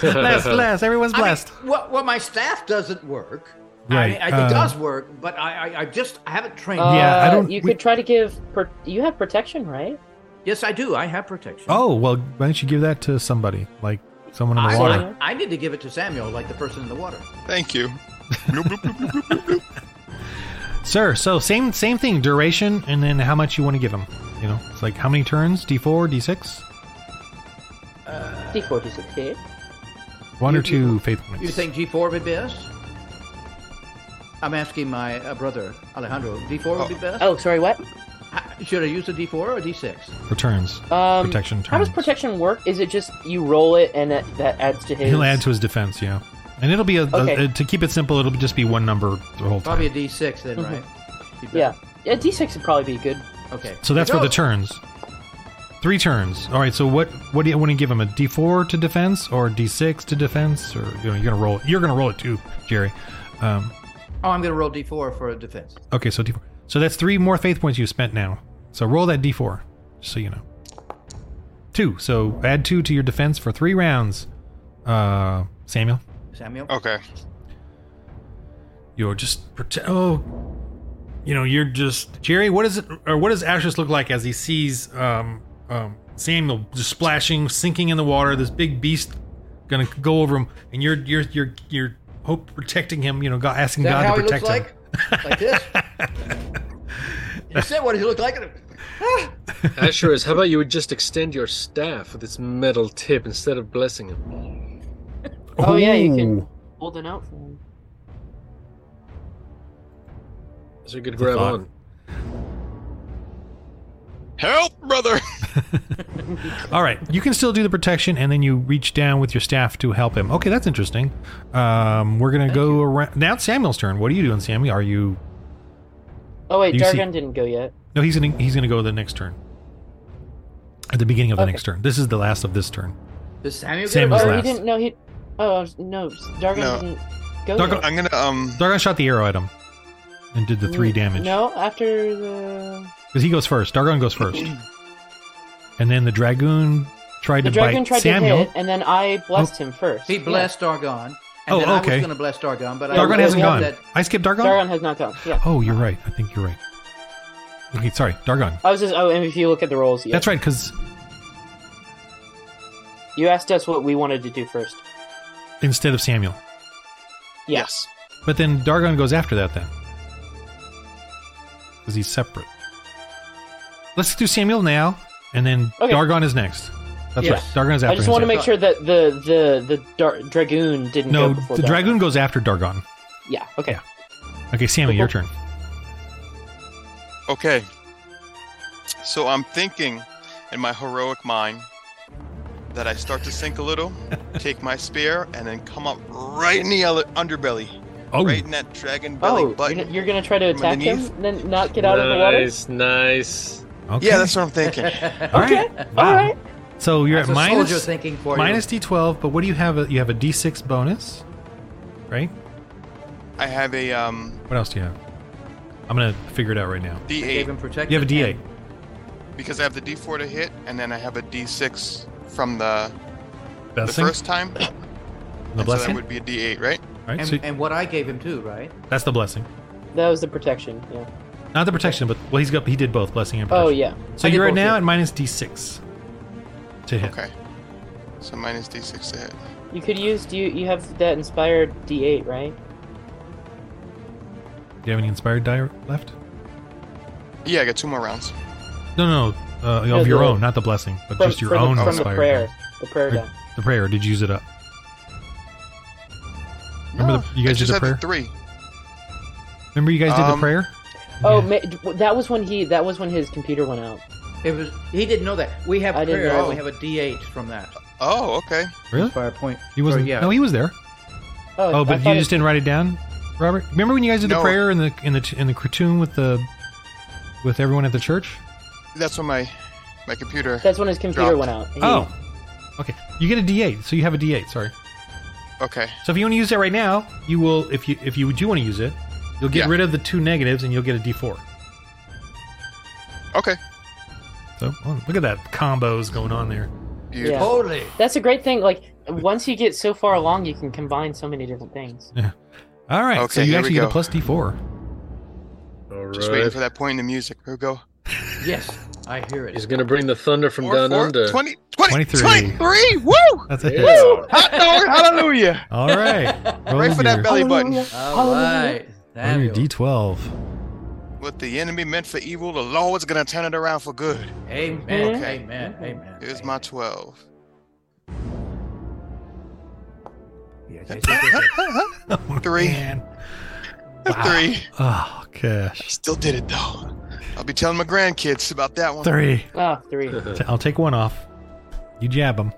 S5: <laughs>
S2: bless, bless. Everyone's
S5: I mean,
S2: blessed.
S5: well, well, my staff doesn't work. I,
S2: Right,
S5: mean, I-
S2: uh,
S5: it does work, but I, I, I just I haven't trained.
S3: Uh,
S2: Yeah, I don't-
S3: You
S2: we-
S3: could try to give. Per- you have protection, right?
S5: yes, I do. I have protection.
S2: oh well, why don't you give that to somebody, like someone in
S5: I,
S2: the
S5: I,
S2: water?
S5: I need to give it to Samuel, like the person in the water.
S2: <laughs>
S4: Thank you. Bloop, bloop, bloop, bloop, bloop, bloop, bloop.
S2: Sir, so same same thing. Duration, and then how much you want to give them. You know, it's like how many turns? D four, D six,
S3: D4, D6, D8.
S2: one
S5: You-
S2: or two
S5: you-
S2: faith points.
S5: You think G4 would be best? I'm asking my uh, brother Alejandro. D4 would be best.
S3: Oh, sorry, what?
S5: Ha- Should I use a D4 or a D6?
S2: returns?
S3: Um,
S2: Protection
S3: How does
S2: turns.
S3: protection work? Is it just you roll it and that, that adds to his?
S2: He'll add to his defense. Yeah, and it'll be a, a-
S3: Okay.
S2: a- to keep it simple. It'll just be one number the whole time.
S5: Probably a D6 then, right? Be better.
S3: Mm-hmm. Yeah. Yeah, D6 would probably be good.
S5: Okay.
S2: So that's for the
S5: turn.
S2: turns. Three turns. All right. So what what do you want to give him? A D four to defense or D six to defense, or you know you're gonna roll it. You're gonna roll it too, Jerry. Um,
S5: Oh, I'm going to roll D4 for defense.
S2: okay. So D four. So that's three more faith points you spent now. So roll that D four, just so you know. Two. So add two to your defense for three rounds. Uh, Samuel, Oh,
S5: Samuel.
S4: Okay.
S2: you're just prote- oh, you know you're just Jerry. What is it or what does Ashes look like as he sees um um Samuel just splashing, sinking in the water? This big beast gonna go over him, and you're you're you're you're hope protecting him. You know, God asking
S5: Is that
S2: God
S5: how
S2: to
S5: he looks
S2: protect him.
S5: like? like
S2: <laughs>
S5: this? you said what he looked like.
S6: Asher is, how about you would just extend your staff with its metal tip instead of blessing him?
S3: Oh, yeah, you
S2: Ooh.
S3: can hold an out for him.
S6: So you could grab
S2: thought.
S6: on.
S4: Help, brother. <laughs>
S2: All right, you can still do the protection, and then you reach down with your staff to help him. Okay, that's interesting. Um, we're gonna go around now. It's Samuel's turn. What are you doing, Samuel? Are you?
S3: Oh wait,
S2: You see-
S3: Dargon didn't go yet.
S2: No, he's gonna he's gonna go the next turn. At the beginning of the
S3: Okay.
S2: next turn. This is the last of this turn.
S5: Does Samuel
S2: Samuel.
S5: get
S2: was
S5: a
S3: Oh,
S2: last.
S3: he didn't. No, he. Oh no, Dargon
S4: No.
S3: didn't go.
S2: Dargon-
S3: yet.
S4: I'm gonna um.
S2: Dargon shot the arrow at him and did the three
S3: Mm,
S2: damage.
S3: No, after the
S2: Because he goes first. Dargon goes
S3: <clears throat>
S2: first. and then the dragoon tried
S3: the
S2: to
S3: dragon
S2: bite
S3: tried
S2: Samuel.
S3: to hit, and then I blessed him first.
S5: He
S3: Yeah.
S5: blessed Dargon. And
S2: Oh,
S5: then I
S2: okay.
S5: was going to bless Dargon, but I
S2: Dargon
S5: realized
S2: hasn't
S3: Yeah,
S2: gone.
S5: That,
S2: I skipped Dargon?
S3: Dargon has not gone. Yeah.
S2: Oh, you're right. I think you're right. Okay, sorry. Dargon.
S3: I was just. Oh, and if you look at the rolls, yeah.
S2: That's right, because
S3: You asked us what we wanted to do first.
S2: instead of Samuel.
S3: Yeah.
S4: Yes.
S2: But then Dargon goes after that then. Because he's separate. Let's do Samuel now, and then
S3: Okay.
S2: Dargon is next. That's
S5: Yes.
S2: right. Dargon is after
S3: I just
S2: him,
S3: want to
S2: sorry.
S3: make sure that the the the dar- dragoon didn't
S2: No,
S3: go before
S2: the
S3: Dargon.
S2: dragoon goes after Dargon.
S3: Yeah. Okay.
S2: Yeah. Okay, Samuel, your turn.
S4: Okay. So I'm thinking in my heroic mind that I start to sink
S3: <laughs>
S4: a little, take my spear, and then come up right in the ele- underbelly,
S2: Oh,
S4: right in that dragon belly
S3: Oh, you're,
S4: button.
S3: you're gonna try to
S4: From
S3: attack him,
S4: underneath?
S3: then not get out of the water.
S6: Nice, nice.
S2: okay.
S4: Yeah, that's what
S3: <laughs>
S4: I'm thinking.
S2: all right.
S3: Okay.
S2: Wow.
S3: All right.
S2: So you're
S5: That's
S2: at
S5: a
S2: minus
S5: soldier thinking for you.
S2: minus d12, but what do you have? A, you have a d6 bonus, right?
S4: I have a um
S2: What else do you have? I'm gonna figure it out right now.
S5: gave him
S4: D8
S5: protection.
S2: You have a d8.
S4: because I have the D4 to hit, and then I have a D6 from the the
S2: Blessing.
S4: first time.
S2: the
S4: and so that
S2: blessing.
S4: would be a D8, right?
S2: All right.
S5: And,
S2: so
S5: and, and what I gave him too, right?
S2: that's the blessing,
S3: That was the protection. Yeah.
S2: not the protection, but well, he's got he did both blessing and protection.
S3: Oh yeah.
S2: So
S3: I did
S2: you're
S3: both,
S2: now
S3: yeah.
S2: at minus d6 to hit.
S4: Okay. So minus D6 to hit.
S3: You could use. Do you you have that inspired D8, right?
S2: Do you have any inspired die left?
S4: Yeah, I got two more rounds.
S2: No, no, uh,
S3: No,
S2: of your
S3: the-
S2: own, not the blessing, but just your
S3: from
S2: own
S3: the, from
S2: inspired.
S3: the prayer.
S2: die.
S3: The prayer
S2: Or-
S3: down.
S2: The prayer. Did you use it up? Remember the- you guys
S4: Oh,
S2: did
S4: I just
S2: the
S4: have
S2: prayer?
S4: three.
S2: Remember you guys did the
S4: Um,
S2: prayer?
S3: Oh,
S2: Yeah.
S3: ma- that was when he. That was when his computer went out.
S5: It was he didn't know that. We have
S3: I didn't
S5: prayer.
S4: know.
S5: and We have a D8 from that.
S4: Oh, okay.
S2: Really?
S5: Fire point.
S2: He wasn't.
S5: Or, yeah.
S2: No, he was there. Oh,
S3: I
S2: but you
S3: thought
S2: just
S3: it-
S2: didn't write it down, Robert. Remember when you guys did the
S4: No.
S2: prayer in the in the in the cartoon with the with everyone at the church?
S4: That's when my my computer.
S3: That's when his computer
S4: dropped.
S3: went out. He-
S2: Oh, okay. You get a D8, so you have a D8. Sorry.
S4: Okay.
S2: So if you want to use that right now, you will. If you if you do want to use it, you'll get
S4: Yeah.
S2: rid of the two negatives and you'll get a D4.
S4: Okay.
S2: So oh, look at that combos going on there.
S4: Beautiful.
S3: Yeah.
S5: Holy.
S3: That's a great thing. Like once you get so far along, you can combine so many different things.
S2: All right. so
S4: Okay,
S2: you
S4: here we
S2: actually get a
S4: go.
S2: plus D4.
S6: All right.
S4: Just waiting for that point in the music. Here we go.
S5: Yes, I hear it.
S6: He's gonna bring the thunder from down under.
S4: 20, 20,
S2: 23.
S4: 23. Woo!
S2: That's it.
S6: Yeah.
S4: Hot dog, hallelujah.
S2: All right. Roll
S4: <laughs> Right for
S2: your-
S4: that belly button.
S5: All right.
S2: roll your
S5: Samuel.
S2: D12.
S4: What the enemy meant for evil, the Lord's going to turn it around for good.
S5: Amen.
S4: Okay.
S5: Amen. Amen.
S4: Here's my 12.
S5: Yes, yes, yes, yes, yes.
S2: Oh,
S4: Three.
S2: man.
S4: Three.
S2: Oh gosh.
S4: Still did it, though. I'll be telling my grandkids about that one.
S2: Three.
S3: Ah,
S6: <laughs>
S3: three.
S2: T- I'll take one off. You jab him.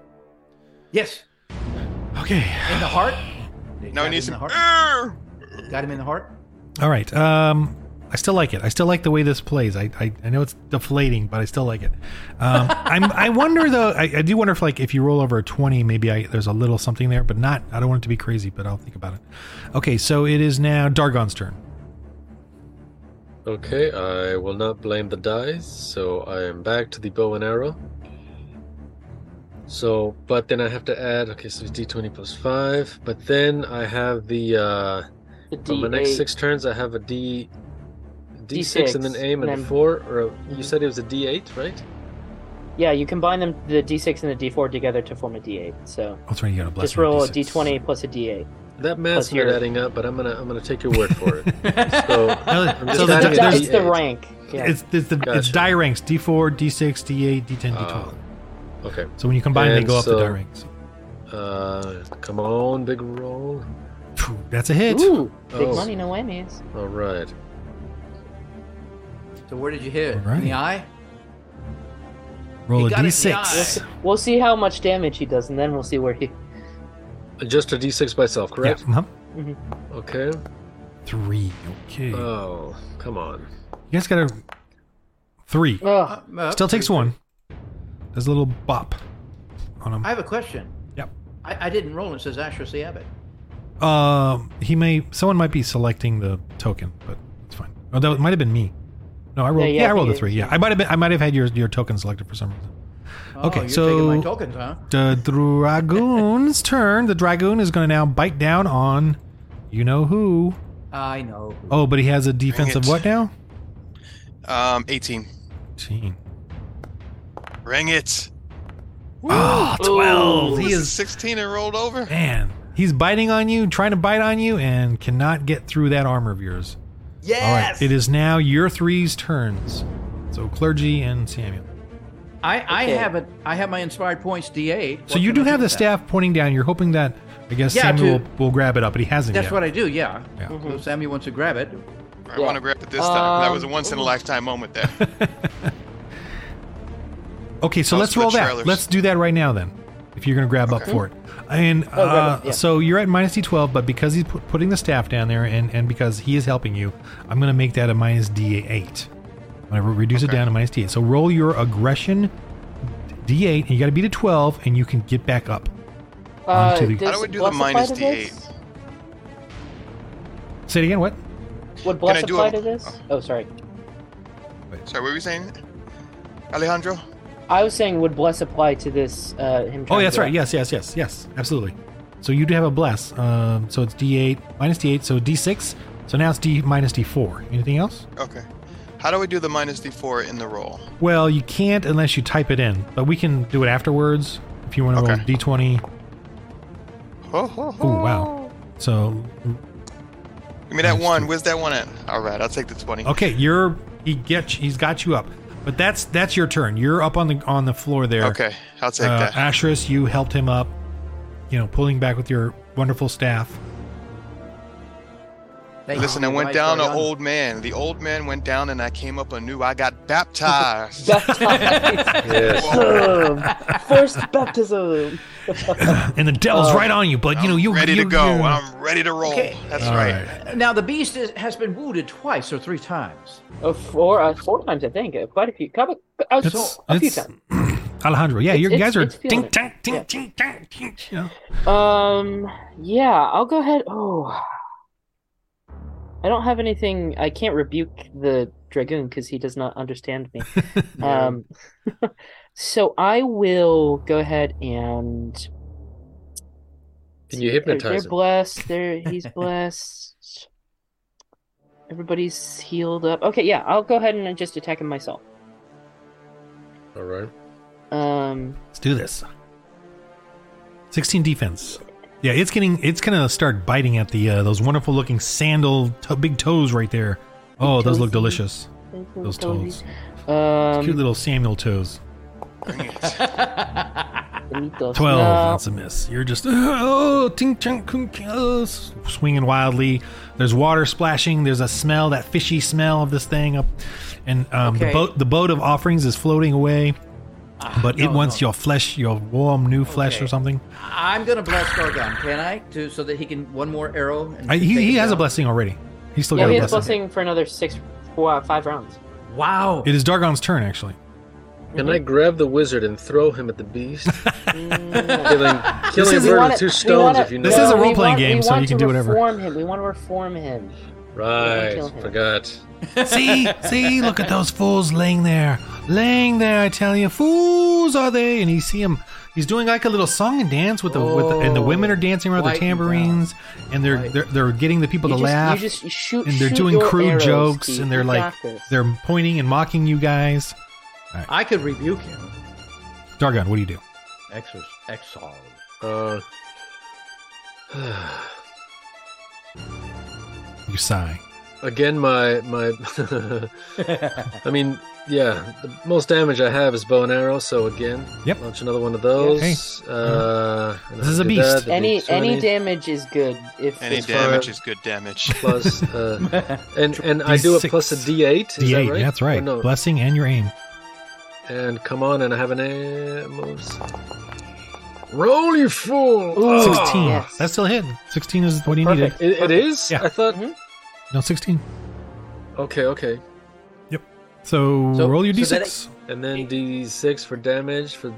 S5: Yes,
S2: Okay.
S5: in the heart. They
S4: Now
S5: got
S4: we need
S5: him
S4: some.
S5: in the heart.
S4: Err!
S5: Got him in the heart.
S2: All right. Um, I still like it. I still like the way this plays. I, I, I know it's deflating, but I still like it.
S6: <laughs>
S2: Um, I'm, I wonder though. I, I do wonder if like if you roll over a twenty, maybe I, there's a little something there, but not. I don't want it to be crazy, but I'll think about it. Okay, so it is now Dargon's turn.
S6: Okay, I will not blame the dice, so I am back to the bow and arrow. So, but then I have to add. Okay, so it's d20 plus five. But then I have the. uh
S3: The
S6: For my next
S3: D8.
S6: six turns, I have a D, D6, and then
S3: D6,
S6: aim and
S3: and
S6: a
S3: then-
S6: four. Or a, you said it was a D8, right?
S3: Yeah, you combine them, the D6 and the D4 together to form a D8. So
S2: I'll try to get a blessing.
S3: just roll a
S2: D6.
S3: D20 plus a D8.
S6: That math's
S3: Plus
S6: not
S3: your-
S6: adding up, but I'm gonna I'm gonna take your word for it. so I'm
S2: No,
S6: just
S2: so the,
S3: It's the,
S6: adding
S3: di-
S6: a
S2: there's-
S3: it's the
S6: D8.
S3: rank. Yeah.
S2: It's, it's the it's
S6: Gotcha.
S2: die ranks D4, D6, D8, D10, D12.
S6: Okay.
S2: So when you combine, they
S6: and
S2: go up the
S6: so-
S2: die ranks.
S6: Uh, come on, big roll.
S2: Phew, that's a hit.
S3: Ooh, big
S6: Oh.
S3: money, no whammies.
S6: All right.
S5: So where did you hit? it?
S2: Alright.
S5: In the eye.
S2: Roll
S5: He
S2: a
S5: got it in the
S2: D6.
S3: We'll see, we'll see how much damage he does, and then we'll see where he.
S6: Just a D6 by itself,
S2: Yeah.
S6: correct?
S2: uh-huh.
S6: Okay.
S2: Three. Okay.
S6: Oh, come on.
S2: You guys got a three.
S3: Ugh.
S5: Uh,
S2: Still takes one. There's a little bop on him.
S5: I have a question.
S2: Yep.
S5: I, I didn't roll. and It says Asher C. Abbott.
S2: Um, he may. Someone might be selecting the token, but it's fine. Although it might have been me. No, I rolled.
S3: Yeah,
S2: Yeah,
S3: yeah, I
S2: I rolled a
S3: think it
S2: three.
S3: is.
S2: Yeah, I might have been. I might have had your your token selected for some reason.
S5: Oh,
S2: Okay,
S5: you're
S2: so-
S5: taking my tokens, huh?
S2: The
S3: <laughs>
S2: dragoon's turn. The dragoon is going to now bite down on, you know who.
S5: I know.
S2: Oh, but he has a defense of
S4: it.
S2: what now?
S4: Um, 18.
S2: Eighteen.
S4: Ring it.
S2: Oh, 12.
S4: Ooh,
S2: He
S4: this
S2: is
S4: 16 and rolled over.
S2: man. He's biting on you, trying to bite on you, and cannot get through that armor of yours. All right,
S5: Yes.
S2: it is now your three's turns. So clergy and Samuel.
S5: I, I
S3: Okay.
S5: have it. I have my inspired points D8.
S2: So
S5: What
S2: you
S5: can
S2: do
S5: I
S2: have the
S5: with that?
S2: staff pointing down. You're hoping that I guess
S5: Yeah,
S2: Samuel
S5: to-
S2: will, will grab it up, but he hasn't
S5: That's
S2: yet.
S5: what I do. Yeah.
S2: Yeah.
S5: So
S4: Mm-hmm.
S5: if Sammy wants to grab it.
S4: I
S3: Yeah.
S4: want to grab it this time. That was a
S3: Um,
S4: once in a lifetime
S2: <laughs>
S4: moment there.
S2: okay, so
S4: Those
S2: let's
S4: were the
S2: roll that.
S4: trailers.
S2: Let's do that right now then. If you're going to grab up
S4: Okay.
S2: for it, and uh,
S3: grab it, yeah.
S2: so you're at minus d12, but because he's pu- putting the staff down there, and and because he is helping you, I'm going to make that a minus d8. I'm going to reduce it
S4: Okay.
S2: down to minus d8. So roll your aggression d8, and you got to beat a 12, and you can get back up.
S3: Uh,
S2: to the-
S4: How
S3: does
S4: do we do the
S3: bluff apply
S4: minus
S3: to this?
S2: Say it again. What?
S3: Would bluff
S4: I do
S3: apply
S4: a-
S3: to this? Oh, sorry.
S4: Sorry, what were you saying? Alejandro?
S3: I was saying, would bless apply to this? Uh, him.
S2: Oh,
S3: trying to
S2: that's
S3: grab-
S2: right. Yes, yes, yes, yes. Absolutely. So you do have a bless. Um, so it's D8 minus D8. So D6. So now it's D minus D4. Anything else?
S4: Okay. How do we do the minus d4 in the roll?
S2: Well, you can't unless you type it in, but we can do it afterwards if you want to roll
S4: Okay.
S2: D20.
S4: Ho, ho, ho.
S2: Oh, wow. So,
S4: Give me that one. Where's that one at? All right, I'll take the 20.
S2: okay, you're he gets he's got you up, but that's that's your turn. You're up on the on the floor there.
S4: Okay, I'll take
S2: uh,
S4: that.
S2: Asherus, you helped him up. You know, pulling back with your wonderful staff.
S5: Thank
S4: Listen, I
S5: you,
S4: went
S5: right,
S4: down an
S5: Ariana.
S4: old man. The old man went down, and I came up anew. I got baptized.
S6: Yes.
S2: <laughs>
S3: First baptism.
S2: <clears throat> and the devil's right on you, but you know you
S4: ready
S2: you,
S4: to go.
S2: you-
S4: I'm ready to roll.
S5: Okay.
S4: That's
S2: All
S4: right.
S2: right.
S5: Now the beast is, has been wounded twice or three times.
S3: Uh, four, uh, four times, I think. Uh, Quite a few. Couple, uh, so-
S2: It's,
S3: a few
S2: it's
S3: times.
S2: <clears throat> Alejandro. Yeah, you
S3: It's-
S2: guys are
S3: it's feeling
S2: ding, dang,
S3: it.
S2: ding,
S3: Yeah.
S2: ding, dang, ding. You know?
S3: Um, yeah, I'll go ahead. Oh, I don't have anything. I can't rebuke the dragoon because he does not understand
S2: <laughs>
S3: me. Um, <laughs> so I will go ahead and.
S6: Can you
S3: They're- They're
S6: hypnotize him?
S3: blessed.
S2: <laughs>
S3: They're he's blessed. Everybody's healed up. Okay, yeah, I'll go ahead and just attack him myself.
S6: All right.
S3: Mm-hmm. Um,
S2: Let's do this. 16 defense. Yeah, it's getting it's gonna start biting at the uh, those wonderful looking sandal to- big toes right there. Oh, those look
S3: toesies.
S2: delicious. Those toes, cute
S3: um,
S2: little Samuel toes.
S3: Doritos.
S2: Twelve.
S3: No.
S2: That's a miss. You're just <laughs> oh, ting chunk kung, oh, s- swinging wildly. There's water splashing. There's a smell, that fishy smell of this thing up, and um, the
S5: Okay. Ah,
S2: boat, the boat of offerings is floating away. But it
S5: no,
S2: wants
S5: no.
S2: your flesh, your warm new flesh
S5: Okay.
S2: or something.
S5: I'm gonna bless Gargan, can I? To so that he can one more arrow. And
S2: I, he
S5: take
S2: he
S5: it
S2: has a
S5: down.
S2: blessing already. He's still
S3: Yeah,
S2: got
S3: he
S2: a
S3: has
S2: blessing.
S3: blessing for another six, four, five rounds.
S5: Wow.
S2: It is Dargon's turn, actually.
S6: Can I grab the wizard and throw him at
S2: <laughs>
S6: the beast?
S3: Mm.
S6: killing killing a
S2: is- We
S6: bird
S3: wanna-
S6: with two
S3: we
S6: stones,
S3: wanna-
S6: if you know.
S2: This
S3: no,
S2: is a
S3: we
S2: role-playing
S3: want-
S2: game,
S3: we
S2: so
S3: want
S2: you can
S3: to
S2: do whatever.
S3: Reform him. We want to reform him. kill
S6: right.
S3: him.
S6: Forgot.
S2: <laughs> see, see, look at those fools laying there, laying there. I tell you, fools are they? And you see him. He's doing like a little song and dance with the, with the and the women are dancing around with the
S5: Quieten down.
S2: tambourines, and they're, they're they're getting the people
S3: You
S2: to
S3: just,
S2: laugh,
S3: you just you shoot,
S2: and they're
S3: shoot
S2: doing
S3: your
S2: crude
S3: arrows,
S2: jokes,
S3: Keith.
S2: and they're
S3: You
S2: like
S3: got this.
S2: they're pointing and mocking you guys.
S5: I could rebuke him.
S2: Dargon, what do you do?
S5: Exor- Exile.
S6: Uh, <sighs>
S2: You sigh.
S6: again, my my. <laughs> I mean, yeah. The most damage I have is bow and arrow. So again,
S2: Yep. Uh-huh.
S6: launch another one of those. Uh, and
S2: This
S6: I'll
S2: is a
S6: do
S2: beast.
S6: that. That'd be
S3: any any
S6: 20
S3: damage is good if
S4: Any
S3: it's
S6: for-
S4: damage is good damage.
S3: <laughs>
S6: plus, uh, and and I do it
S2: D6.
S6: plus a D8.
S2: D8.
S6: Is that right?
S2: That's
S6: Or
S2: right.
S6: no.
S2: Blessing and your aim.
S6: And come on, and I have an air moves. Roll, you fool!
S3: Ooh.
S6: Ah!
S2: Sixteen.
S3: yes.
S2: That's still hit. Sixteen is what he needed.
S6: It, it is.
S2: Yeah.
S6: I thought.
S3: Mhm.
S2: No, sixteen.
S6: Okay, okay.
S2: So,
S5: So-
S2: roll your
S5: so
S2: d6.
S5: that
S6: And then D6 for damage for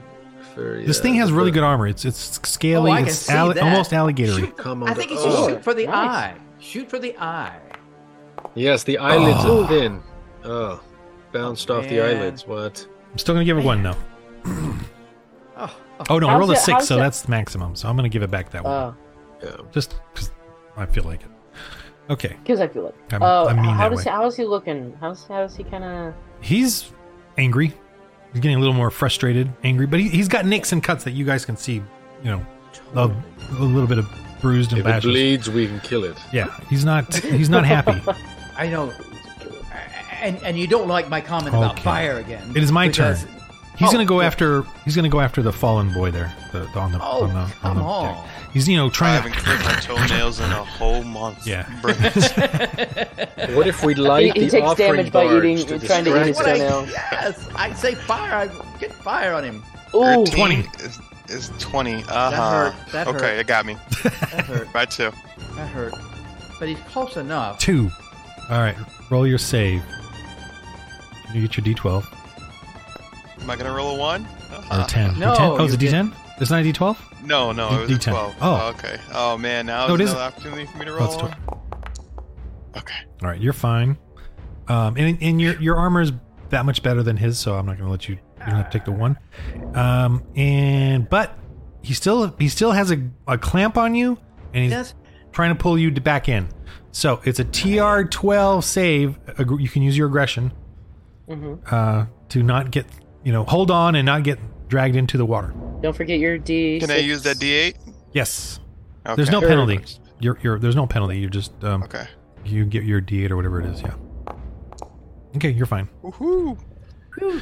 S6: for.
S2: This
S6: yeah,
S2: thing has
S6: the-
S2: really good armor. It's it's
S5: Oh,
S2: scaly.
S5: I can
S2: it's
S5: see
S2: alli-
S5: that.
S2: almost
S5: <laughs>
S2: alligatory.
S5: Shoot.
S6: Come
S5: I
S6: on.
S5: think he
S6: Oh.
S5: said shoot for the
S3: Nice.
S5: eye. Shoot for the eye.
S6: Yes, the eyelids
S2: Oh.
S6: are thin. Oh, bounced off
S3: Oh,
S6: the
S5: man.
S6: eyelids. What?
S2: I'm still gonna give it one though.
S5: Oh,
S2: Oh no, I
S3: How's
S2: rolled a
S3: it-
S2: six,
S3: how's
S2: so
S3: it-
S2: that's maximum. So I'm gonna give it back that one,
S5: Oh.
S3: Uh,
S6: Yeah.
S2: just because I feel like it. Okay,
S3: because I feel like.
S2: I'm-
S3: Oh,
S2: I mean
S3: how
S2: that
S3: does
S2: way.
S3: he, how is he looking? How's how's he kind of?
S2: he's angry. He's getting a little more frustrated, angry, but he, he's got nicks and cuts that you guys can see. You know, a, a little bit of bruised and
S6: If it
S2: bashed.
S6: bleeds, we can kill it.
S2: Yeah, he's not he's not happy.
S5: I know. And and you don't like my comment about
S2: Okay.
S5: fire again.
S2: It is
S5: <laughs>
S2: my
S5: because-
S2: turn. He's
S5: Oh,
S2: gonna go
S5: yeah.
S2: after. He's gonna go after the fallen boy there. The, the- on the
S5: Oh,
S2: on the on
S5: come
S2: the
S5: on.
S2: deck. He's you know
S4: I
S2: trying
S4: haven't
S2: to.
S4: clipped my toenails in a whole month.
S2: Yeah.
S4: Brilliant.
S2: <laughs>
S6: What if we light
S3: <laughs> He- he
S6: the
S3: takes
S6: offering
S3: damage by
S6: barge
S3: eating-
S6: to
S3: trying to eat
S6: distract
S3: his
S5: What
S6: it?
S5: I,
S3: toenail.
S5: yes, I'd say fire. I get fire on him.
S3: Ooh,
S4: 13
S2: 20.
S4: Is, is 20. Uh huh.
S5: hurt. That
S4: okay,
S5: hurt.
S4: it got me.
S5: That hurt.
S4: Right, too.
S5: That hurt. But he's close enough.
S2: Two. All right, roll your save. You get your D12
S4: Am I going to roll a 1?
S2: or a 10.
S5: Uh, No,
S2: D10? Oh, it's a
S5: you get-
S2: D10. It's not a D12.
S4: No, no, it was a
S2: D10.
S4: 12.
S2: Oh.
S4: okay. Oh, man. Now
S2: No, it
S4: is
S2: isn't.
S4: another opportunity for me to
S2: Oh,
S4: roll
S2: it's
S4: a 1.
S2: twelve.
S4: Okay.
S2: All right, you're fine. Um, and, and your your armor is that much better than his, so I'm not gonna let you. You don't have to take the one. Um, and but he still he still has a, a clamp on you, and he's
S5: Yes.
S2: trying to pull you d- back in. So it's a TR 12 save. Ag- You can use your aggression
S3: mhm.
S2: uh, to not get, you know, hold on and not get dragged into the water.
S3: don't forget your D.
S4: Can I use that D8?
S2: Yes.
S4: Okay.
S2: There's no
S6: Sure.
S2: penalty. You're, you're, there's no penalty. You just um,
S4: Okay.
S2: you get your D8 or whatever it is. Yeah. Okay, you're fine.
S4: Woohoo.
S2: All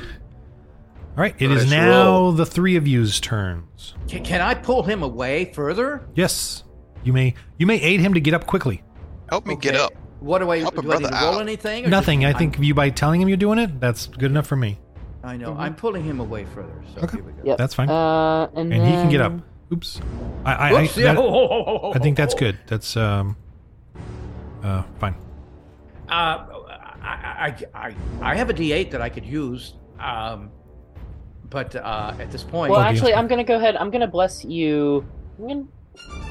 S2: right. It is
S6: Nice
S2: now
S6: roll.
S2: the three of you's turns.
S5: Can, can I pull him away further?
S2: Yes. You may you may aid him to get up quickly.
S4: Help me get
S5: Okay.
S4: up.
S5: What do I,
S4: Help a
S5: do I need
S4: brother
S5: to roll
S4: out.
S5: anything? or
S2: Nothing.
S5: just-
S2: I think you by telling him you're doing it, that's good enough for me.
S5: I know. I'm pulling him away further. So
S2: Okay.
S5: here we go.
S3: Yep.
S2: That's fine.
S3: Uh, and
S2: and he can get up.
S3: then-
S2: Oops. I I,
S5: Oops,
S2: I,
S5: yeah.
S2: that- I think that's good. That's um uh fine.
S5: Uh, I, I, I, I have a D8 that I could use, um, but uh, at this point,
S3: Well,
S2: Or do you-
S3: actually, I'm gonna go ahead. I'm gonna bless you. I'm gonna,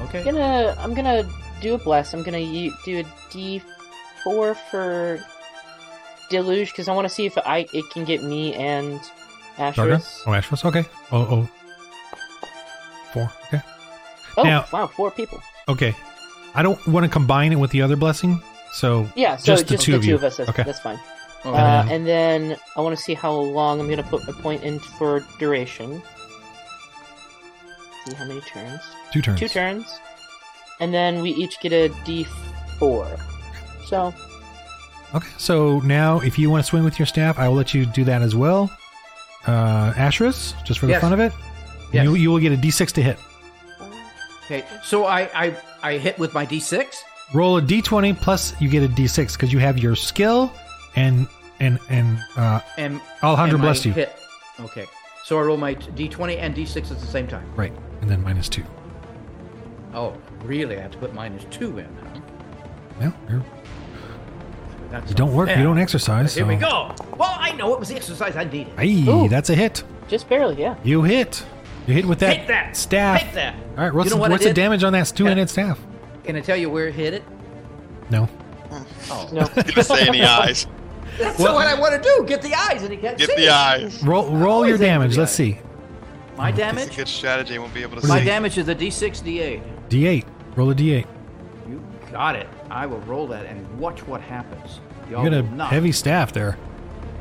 S5: okay.
S3: gonna I'm gonna do a bless. I'm gonna u- do a D4 for Deluge because I want to see if I it can get me and
S2: Darga?
S3: Asherus.
S2: Oh Ashfast, okay. Oh oh. Four. Okay.
S3: Oh,
S2: Now-
S3: wow, four people.
S2: Okay. I don't want to combine it with the other blessing, so
S3: Yeah,
S2: Just
S3: so just
S2: the
S3: the
S2: two
S3: two,
S2: of you.
S3: of us. That's,
S2: Okay.
S3: that's fine.
S5: All right.
S3: Uh,
S2: then-
S3: and then I want to see how long I'm going to put a point in for duration. See how many turns.
S2: two turns.
S3: Two turns. And then we each get a d4. So,
S2: Okay. So now if you want to swing with your staff, I will let you do that as well. Uh Asherus, just for the
S5: Yes.
S2: fun of it.
S5: Yes.
S2: You you will get a D six to hit.
S5: okay. So I, I, I hit with my D6.
S2: roll a d20 plus you get a d6 because you have your skill and and and uh
S5: And
S2: alejandro
S5: and my
S2: blessed you
S5: Hit. Okay. So I roll my t- D20 and D6 at the same time.
S2: right and then minus two
S5: Oh, really? I have to put minus two in. Huh?
S2: no you're,
S5: That's
S2: you don't work you
S5: unfair.
S2: don't exercise
S5: Here
S2: so-
S5: we go. Well, I know it was the exercise I needed.
S2: hey
S3: Ooh.
S2: that's a hit
S3: just barely, yeah.
S2: you hit you hit with that,
S5: Take that.
S2: staff
S5: Take that.
S2: all right what's,
S5: You know what
S2: the,
S5: I
S2: what's the
S5: did?
S2: damage on that two-handed staff
S5: Can I tell you where it hit it?
S2: no
S5: Oh,
S3: No.
S4: You're gonna say
S5: <laughs>
S4: in the eyes.
S5: that's what I want to do. Get the eyes, and he can't
S4: Get
S5: see.
S4: the eyes.
S2: roll roll your
S5: is it
S2: damage
S5: the
S2: let's
S5: eye?
S2: see
S5: My
S4: It's a <laughs>
S5: damage.
S4: good strategy. Won't be able to
S5: My
S4: see.
S5: damage is a D6, D8.
S2: d8 roll a d8
S5: You got it. I will roll that and watch what happens. Y'all
S2: you got a
S5: will not.
S2: heavy staff
S5: <laughs>
S2: there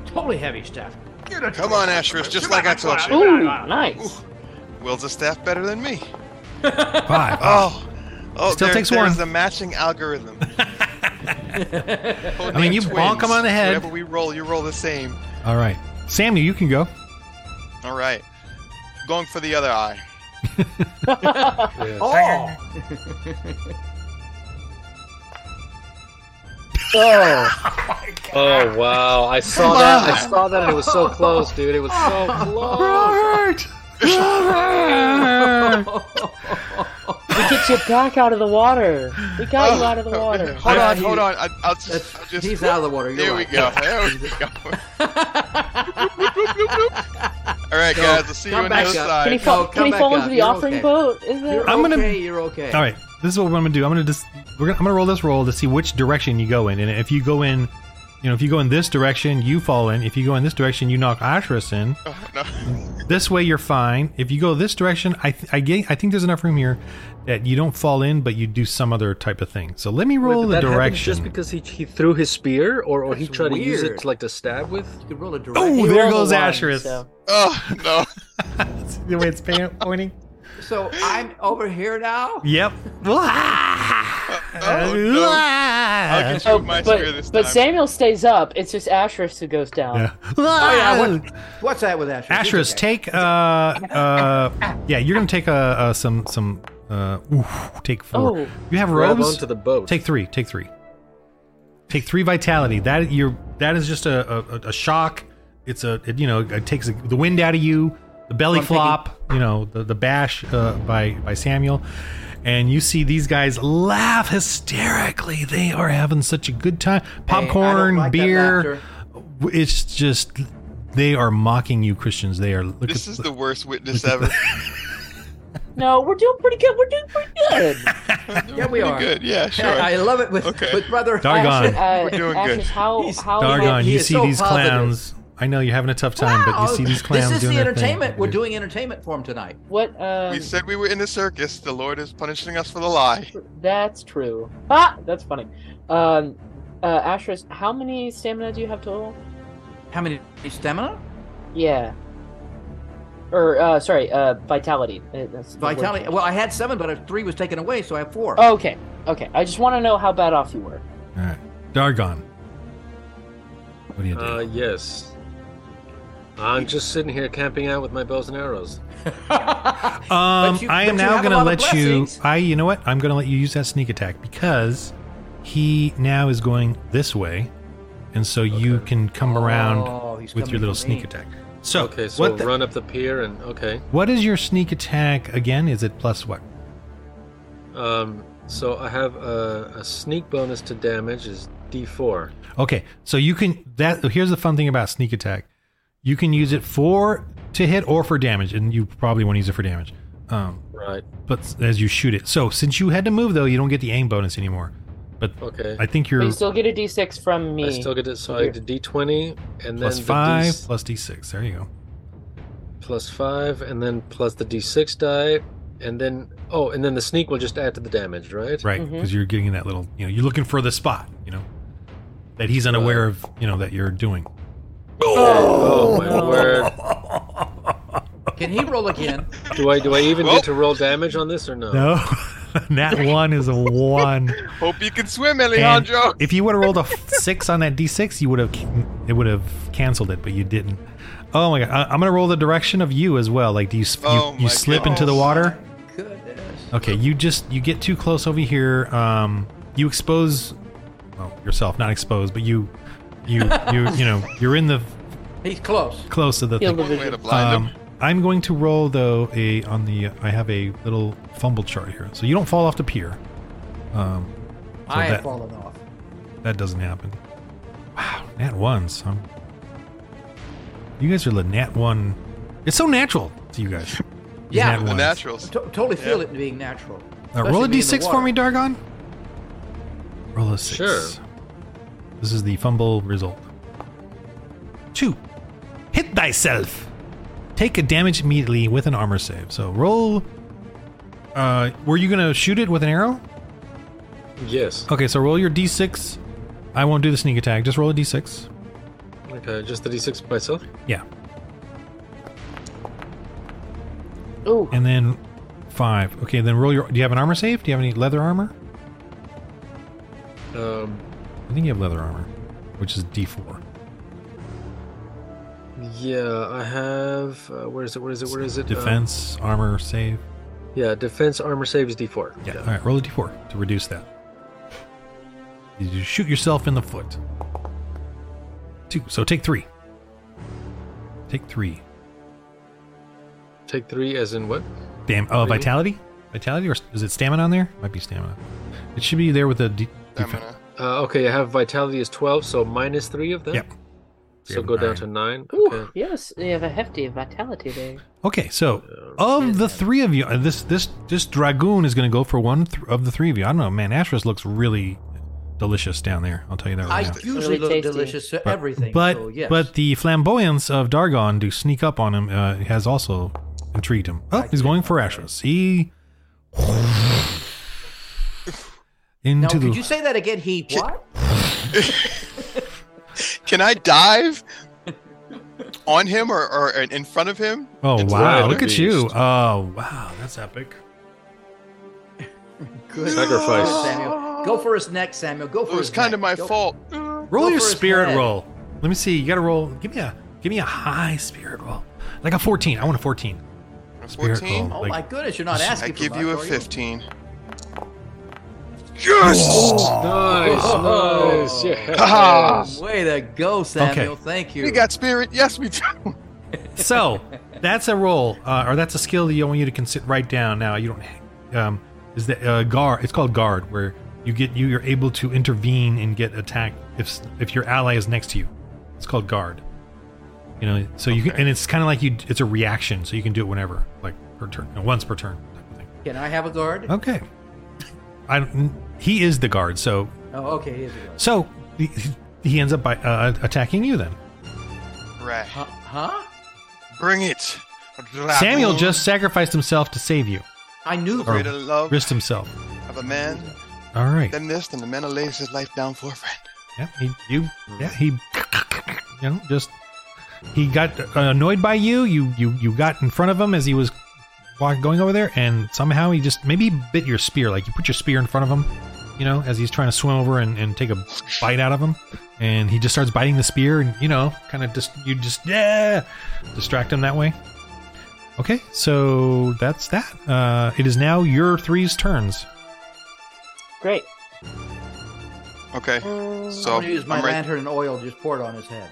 S5: totally heavy stuff.
S4: Come on, Asherus, just like I told you.
S3: Ooh, nice.
S4: Will's a staff better than me.
S2: five
S4: Oh, oh,
S2: Ah. Still
S4: there-
S2: takes
S4: there's
S2: one.
S4: the matching
S2: <laughs>
S4: algorithm. I
S2: mean, you bonk 'em on the head.
S4: Whenever we roll, you roll the same.
S2: all right samuel you can go
S4: All right, going for the other eye.
S6: Yeah.
S5: Oh,
S6: <laughs>
S3: Oh,
S6: Oh wow! I saw that. I saw that, and it was so close, dude. It
S2: <laughs>
S6: was so close.
S2: robert
S3: we get you back out of the water. We got you out of
S5: Oh. <laughs>
S3: the water.
S4: Hold
S5: Yeah,
S4: on,
S5: he-
S4: hold on. I, I'll just,
S5: that's,
S4: I'll just
S5: he's out of the water. You're
S4: There we
S5: right. <laughs>
S4: go. There we go. All right, guys. I'll see you
S5: come
S4: on the
S5: back
S4: other
S5: up.
S4: side.
S3: Can he
S5: No,
S3: fall,
S5: come
S3: can he
S5: back
S3: fall
S5: up.
S3: into the
S5: You're
S3: offering
S5: okay.
S3: boat? Is it?
S5: You're
S2: I'm gonna-
S5: okay. You're okay.
S2: All right, this is what I'm gonna do. I'm gonna just we're gonna, I'm gonna roll this roll to see which direction you go in, and if you go in, you know, if you go in this direction, you fall in. If you go in this direction, you knock Ashrus in.
S5: Oh, <laughs>
S2: This way, you're fine. If you go this direction, I th- I get, I think there's enough room here that you don't fall in, but you do some other type of thing. So let me roll the
S6: Wait, that happened
S2: direction.
S6: Just because he, he threw his spear, or, or he
S5: That's
S6: tried to use it
S5: weird.
S6: like to stab with.
S5: You can roll a direct.
S2: oh,
S3: He
S2: there
S3: rolled
S2: goes
S3: a one,
S2: Ashrus.
S3: so-
S4: Oh no! <laughs>
S2: See the way it's pan- pointing.
S5: So I'm over here now.
S2: <laughs> Yep.
S5: Oh,
S4: no. I'll get you with my spear this
S3: But, but
S4: time.
S3: Samuel stays up. It's just Asherus who goes down.
S2: Yeah.
S5: Oh, yeah, I went- What's that with Asher?
S2: Asherus, take uh uh yeah, you're gonna take uh, uh some some uh oof, take four.
S3: Oh.
S2: You have
S6: Grab
S2: robes.
S6: onto the boat.
S2: Take three. Take three. Take three vitality. That you're that is just a a, a- a shock. It's a it, you know it takes the wind out of you. The belly
S5: I'm taking-
S2: flop. You know the the bash uh, by by Samuel. And you see these guys laugh hysterically. They are having such a good time.
S5: I don't
S2: Popcorn,
S5: like that
S2: beer.
S5: laughter.
S2: It's just they are mocking you, Christians. They are look
S4: This
S2: at,
S4: is the worst witness ever.
S3: No, we're doing pretty good. We're doing pretty
S2: <laughs>
S3: good.
S5: Yeah, we are.
S4: Good.
S5: <laughs>
S4: Yeah, sure.
S5: I love it with
S4: Okay.
S5: with brother.
S2: Dargon.
S3: Uh,
S4: We're doing
S3: Asherus,
S4: good.
S3: How,
S5: He's-
S3: how
S2: Dargon,
S5: He
S2: you
S5: is
S2: see
S5: so
S2: these
S5: positive.
S2: clowns. I know you're having a tough time, but you see these clowns
S5: This is
S2: doing
S5: the
S2: their thing.
S5: entertainment. We're doing entertainment for him tonight.
S3: what? Um,
S4: we said we were in the circus. The Lord is punishing us for the lie.
S3: That's true. Ah, that's funny. Um, uh, Asherus, how many stamina do you have total?
S5: How many stamina?
S3: Yeah. Or uh, sorry, uh, vitality. Uh, That's the word.
S5: Vitality. Well, I had seven, but three was taken away, so I have four.
S4: Oh.
S3: Okay, okay. I just want to know how bad off you were.
S2: All right, Dargon. What do you do?
S6: Uh, yes. I'm just sitting here camping out with my bows and arrows.
S2: Um,
S5: But you-
S2: I
S5: but
S2: am
S5: you
S2: Um, now
S5: have a
S2: going to
S5: lot of
S2: let you.
S5: blessings.
S2: I, you know what? I'm going to let you use that sneak attack because He now is going this way, and so you can come around
S5: Oh, he's
S2: with
S5: coming
S2: your little
S5: for
S2: sneak
S5: me.
S2: attack. So,
S6: Okay, so
S2: what, the-
S6: run up the pier and okay.
S2: what is your sneak attack again? Is it plus what?
S6: Um, so I have a, a sneak bonus to damage is D4.
S2: Okay, so you can that here's the fun thing about sneak attack. You can use it for to hit or for damage, and you probably want to use it for damage. Um,
S6: Right.
S2: but s- as you shoot it. So since you had to move though, you don't get the aim bonus anymore. But
S6: Okay.
S2: I think you're
S3: But you still get a d6 from me.
S6: I still get it. So I did D20 and
S2: plus
S6: then
S2: five
S6: the D,
S2: plus d6. There you go.
S6: plus five and then plus the D6 die and then oh and then the sneak will just add to the damage, right?
S2: Right,
S3: Mhm.
S2: because you're getting that little. You know, you're looking for the spot. You know, that he's unaware of. You know that you're doing.
S6: Oh my word!
S5: <laughs> Can he roll again?
S6: Do I do I even
S4: Well-
S6: get to roll damage on this or no?
S2: No, <laughs> that one is a
S6: <laughs>
S2: one.
S4: Hope you can swim,
S2: And
S4: Alejandro.
S2: if you would have rolled a f- six on that d6, you would have it would have canceled it, but you didn't. Oh my god! I, I'm gonna roll the direction of you as well. Like, do you s- you,
S4: Oh
S2: you
S4: my
S2: slip into the
S4: goodness.
S2: water?
S5: Goodness.
S2: Okay, you just you get too close over here. Um, you expose, well, yourself, not exposed, but you,
S3: <laughs>
S2: you, you, you know, you're in the
S5: He's close.
S2: close of the
S3: Feel
S2: thing. Um,
S3: the
S4: One way to
S3: vision.
S4: blind
S5: Um,
S4: him.
S2: I'm going to roll though a on the I have a little fumble chart here, so you don't fall off the pier. Um, so
S5: I
S2: that,
S5: have fallen off.
S2: that doesn't happen. Wow, nat ones. I'm, you guys are the nat one. It's so natural to you guys. these
S5: Yeah.
S2: nat
S4: The
S2: ones.
S5: I
S4: naturals.
S5: to- totally feel it being natural.
S2: Uh, roll
S5: especially
S2: a
S5: being in the
S2: d6 for
S5: water.
S2: me, Dargon. Roll a six.
S6: Sure.
S2: This is the fumble result. Two. Hit thyself. Take a damage immediately with an armor save. So roll. Uh, were you gonna shoot it with an arrow?
S6: Yes.
S2: Okay, so roll your d6. I won't do the sneak attack. Just roll a d6.
S6: Okay, just the D6 by itself.
S2: Yeah,
S3: Ooh,
S2: and then five. Okay, then roll your. Do you have an armor save? Do you have any leather armor?
S6: Um,
S2: I think you have leather armor, which is d4.
S6: yeah, I have. Uh, where is it? Where is it? Where is it? Um,
S2: Defense, armor, save.
S6: yeah, defense armor saves D4.
S2: Yeah. All right. Roll a d4 to reduce that. Did you shoot yourself in the foot? Two. So take three. Take three.
S6: Take three, as in what?
S2: Damn. Oh,
S6: Three.
S2: vitality. Vitality, or is it stamina on there? Might be stamina. It should be there with the. D- defen-
S4: Stamina.
S6: Uh, okay, I have vitality is 12, so minus three of that.
S2: Yep.
S6: So go down to nine.
S3: Ooh,
S6: Okay.
S3: yes, you have a hefty vitality there.
S2: Okay, so of the three of you, uh, this this this dragoon is going to go for one th- of the three of you. I don't know, man. Ashrus looks really delicious down there. I'll tell you that
S5: I
S2: right now.
S5: usually
S3: Really
S5: look
S3: tasty.
S5: delicious to
S2: But-
S5: everything.
S2: But
S5: so yes.
S2: but the flamboyance of Dargon to sneak up on him uh, has also intrigued him. Oh, he's going for Ashras. He
S5: now,
S2: into
S5: could you
S2: the
S5: say that again? He what?
S4: Can I dive on him or, or in front of him?
S2: oh
S6: It's
S2: wow!
S6: wild,
S2: Look at
S6: beast.
S2: you! Oh wow, that's epic.
S5: Good.
S6: Sacrifice.
S5: Lord, Samuel. Go for his neck, Samuel. Go for
S4: It was
S5: his
S4: kind
S5: neck.
S4: of my
S5: Go-
S4: fault.
S2: Roll
S5: Go
S2: your
S5: for his
S2: spirit
S5: head.
S2: roll. Let me see. You got to roll. Give me a give me a high spirit roll, like a fourteen. I want a fourteen. Spirit
S4: 14.
S2: roll.
S5: Oh
S2: Like-
S5: my goodness, you're not asking
S4: I
S5: for
S4: give
S5: much,
S4: you a
S5: are
S4: 15. Yes!
S6: Nice,
S5: Oh.
S6: nice. Yeah.
S4: Haha.
S5: Way to go, Samuel.
S2: Okay.
S5: Thank you.
S4: We got spirit. Yes, we do.
S5: <laughs>
S2: So that's a roll, uh, or that's a skill that you want you to consider write down. Now you don't. Um, is that uh, guard? It's called guard, where you get you you're able to intervene and get attacked if s- if your ally is next to you. It's called guard. You know, so you can, and it's kind of like you. It's a reaction, so you can do it whenever, like per turn, no, once per turn. Type of thing.
S5: Can I have a guard?
S2: Okay. I don't- he is the guard, so
S5: Oh, okay. Here's a guard.
S2: so he, he ends up by uh, attacking you then.
S4: Right.
S5: Huh? huh?
S4: Bring it.
S2: Samuel just Oh. sacrificed himself to save you,
S5: I knew.
S2: Or-
S4: Greater love
S2: risked himself.
S4: of a man
S2: All right.
S4: than this, than the man who lays his life down for a friend.
S2: Yeah, he you yeah he you know just he got annoyed by you. You you you got in front of him as he was walk, going over there, and somehow he just maybe he bit your spear. Like you put your spear in front of him, you know, as he's trying to swim over and, and take a bite out of him, and he just starts biting the spear, and you know, kind of just you just yeah distract him that way. Okay, so that's that. Uh, it is now your three's turns.
S3: Great.
S4: Okay.
S5: Oh, I'm
S4: So
S5: gonna use my
S4: I'm, right,
S5: lantern and oil just poured on his
S6: <laughs>
S5: head.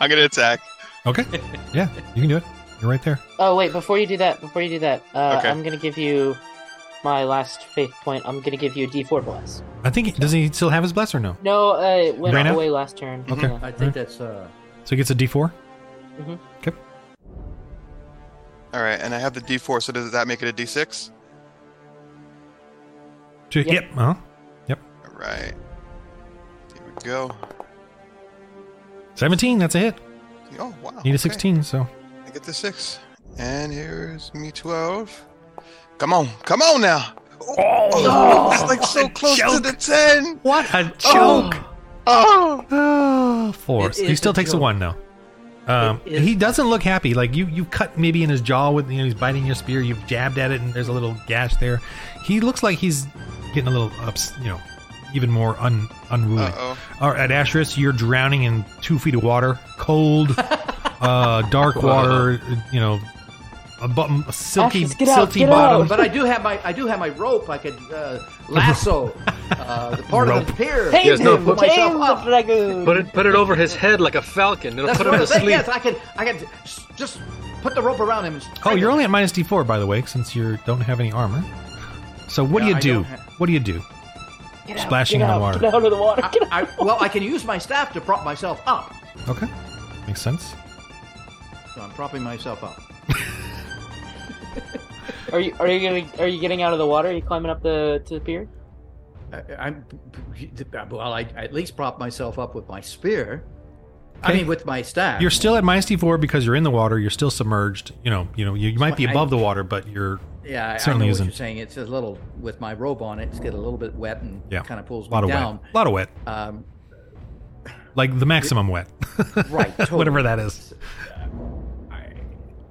S4: I'm gonna attack.
S2: Okay. Yeah, you can do it. You're right there.
S3: Oh wait, before you do that, before you do that, uh,
S4: Okay.
S3: I'm gonna give you my last faith point. I'm gonna give you a D4 bless.
S2: I think he, does he still have his bless or no?
S3: No, uh, it went
S2: Right now?
S3: away last turn.
S2: Okay.
S3: Yeah.
S5: I think that's uh,
S2: So he gets a D4.
S4: All right, and I have the D4. So does that make it a D6?
S2: Two,
S3: Yep.
S2: yep. Uh-huh.
S4: All right. Here we go.
S2: 17. That's a hit.
S4: Oh wow.
S2: Need
S4: okay.
S2: a 16. So
S4: I get the six, and here's me 12. Come on, come on now. Oh, it's like <laughs> so close
S2: joke.
S4: to the 10.
S2: what a joke!
S4: Oh,
S2: Oh, four.
S5: It
S2: He
S5: is
S2: still
S5: a
S2: takes a
S5: joke.
S2: one though. Um,
S5: It is-
S2: he doesn't look happy. Like you, you cut maybe in his jaw with you know he's biting your spear. You've jabbed at it, and there's a little gash there. He looks like he's getting a little ups, you know, even more un unruly.
S4: Uh-oh.
S2: All right, at Asheris, you're drowning in two feet of water, cold, uh, dark water. You know, a, bottom, a silky,
S3: Asheris, get out,
S2: silty
S3: get
S2: bottom.
S3: out.
S5: but I do have my I do have my rope. I could uh,
S6: <laughs>
S5: lasso uh, the part of the
S2: Rope.
S5: pier.
S3: Tame
S6: Yes, no,
S3: him!
S6: put-
S3: tame
S5: myself
S3: the dragoon!
S6: Put it, put it over his head like a falcon. It'll
S5: That's
S6: put
S5: what
S6: him
S5: I'm
S6: to
S5: saying.
S6: sleep.
S5: Yes, I can. I can s- just put the rope around him. And
S2: Oh, you're
S5: strangle
S2: only at minus D4 by the way, since you don't have any armor. So what
S5: Yeah,
S2: do
S5: I
S2: you do?
S5: don't ha-
S2: what do you do?
S3: Get out,
S2: splashing
S3: get
S2: in the
S3: out,
S2: water.
S3: Get out of the water.
S5: him.
S3: Get out.
S5: I, I- well, I can use my staff to prop myself up.
S2: Okay, makes sense.
S5: So I'm propping myself up.
S3: Are you are you gonna are you getting out of the water? Are you climbing up the to the pier?
S5: I, I'm well. I, I at least prop myself up with my spear. I
S2: Okay.
S5: mean, with my staff.
S2: You're still at minus D4 because you're in the water. You're still submerged. You know, you know, you, you might be
S5: I-
S2: above the water, but you're
S5: yeah, I, I
S2: certainly
S5: know
S2: isn't.
S5: what you're saying. It's a little with my robe on. It's get a little bit wet and
S2: Yeah.
S5: kind of pulls
S2: a lot
S5: me
S2: of
S5: down.
S2: wet, a lot of wet,
S5: Um,
S2: like the maximum wet, <laughs>
S5: right. Totally.
S2: whatever that is.
S5: I,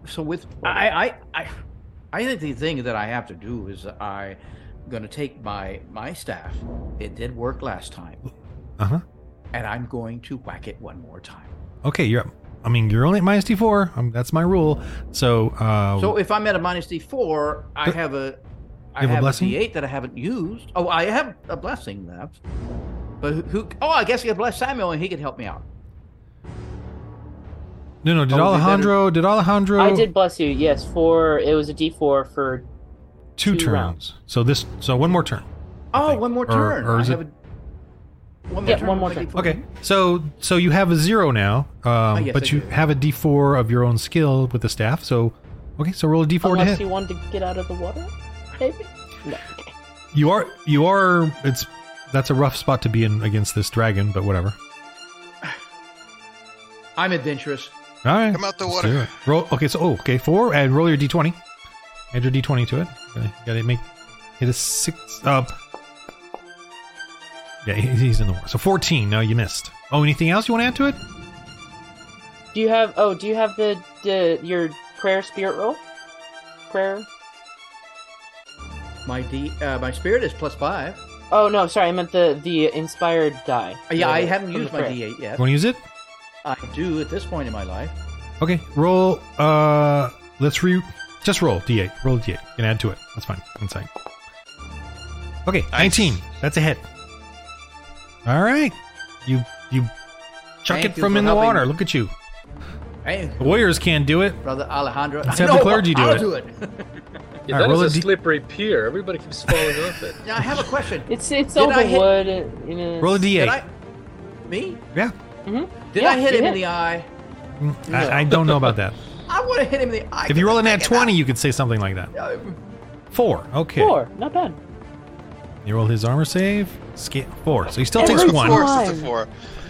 S5: so with I, I I I think the thing that I have to do is I going to take my my staff. It did work last time,
S2: Uh huh.
S5: and I'm going to whack it one more time.
S2: Okay, you're. At, I mean, you're only at minus D4. Um, that's my rule. So, uh,
S5: So if I'm at a minus D4, I
S2: Th-
S5: have a I
S2: You have a
S5: have, a
S2: blessing?
S5: D8 that I haven't used. Oh, I have a blessing left. But who, who? Oh, I guess I could bless Samuel and he could help me out.
S2: no, no. Did
S5: I would be
S2: Alejandro? Did Alejandro?
S3: I did bless you. Yes, for it was a D4 for
S2: two,
S3: two
S2: turns.
S3: rounds.
S2: So this. So one more turn.
S5: Oh,
S2: think.
S5: one more
S2: Or-
S5: turn.
S2: or
S5: I
S2: is
S5: have
S2: it-
S5: a- one more
S3: Yeah,
S5: turn.
S3: one
S5: with my
S3: more
S5: D4.
S3: turn.
S2: Okay, so so you have a zero now, um,
S5: Ah, yes, I
S2: but you
S5: do.
S2: have a D4 of your own skill with the staff. So, okay, so roll a D4 to
S3: unless
S2: hit.
S3: you wanted to get out of the water, maybe. No. okay.
S2: You are you are it's that's a rough spot to be in against this dragon, but whatever.
S5: I'm adventurous.
S2: All right,
S4: Come out the
S2: let's
S4: water.
S2: do it. Roll. Okay, so oh, okay, four and roll your D20. Add your D20 to it. Okay, Got to make hit a six up. Yeah, he- he's in the water. So 14. No, you missed. Oh, anything else you want to add to it?
S3: Do you have? Oh, do you have the, the your prayer spirit roll? Prayer.
S5: My D, uh, my spirit is plus five.
S3: Oh no, sorry, I meant the the inspired die.
S5: Yeah,
S3: Uh,
S5: I haven't
S3: from
S5: used
S3: the
S5: my
S3: prayer.
S5: D8
S2: You
S5: yet.
S2: want to use it?
S5: I do at this point in my life.
S2: Okay, roll. Uh, let's re. Just roll d8. Roll a d8. You can add to it. That's fine. Insane. Okay,
S4: Nice.
S2: nineteen. That's a hit. All right, you you chuck
S5: Thank
S2: it
S5: you
S2: from
S5: for
S2: in the
S5: helping.
S2: water. Look at you.
S5: Hey,
S2: The warriors can't do it.
S5: brother <laughs> Alejandro.
S2: Let's have the clergy do
S5: I'll
S2: it.
S5: do it.
S6: Yeah,
S2: All right,
S6: that
S2: roll
S6: is
S2: a D-
S6: a slippery pier. Everybody keeps falling off it.
S5: now I have a question.
S3: It's it's
S5: Did
S3: over
S5: I hit-
S3: wood. uh, You know,
S2: Roll a
S5: Did
S2: d8.
S5: I? Me?
S2: yeah,
S5: Did
S3: Yeah,
S5: I hit
S3: you
S5: him
S3: hit.
S5: in the eye?
S2: Mm, I, I don't know about that.
S5: <laughs> I want to hit him in the eye.
S2: If you roll a nat
S5: at
S2: twenty, you could say something like that. Four. Okay.
S3: Four, not bad.
S2: You roll his armor save. Sca- four. So he still
S3: Every
S2: takes
S4: It's a
S2: one.
S4: four,
S3: time.
S4: it's a four.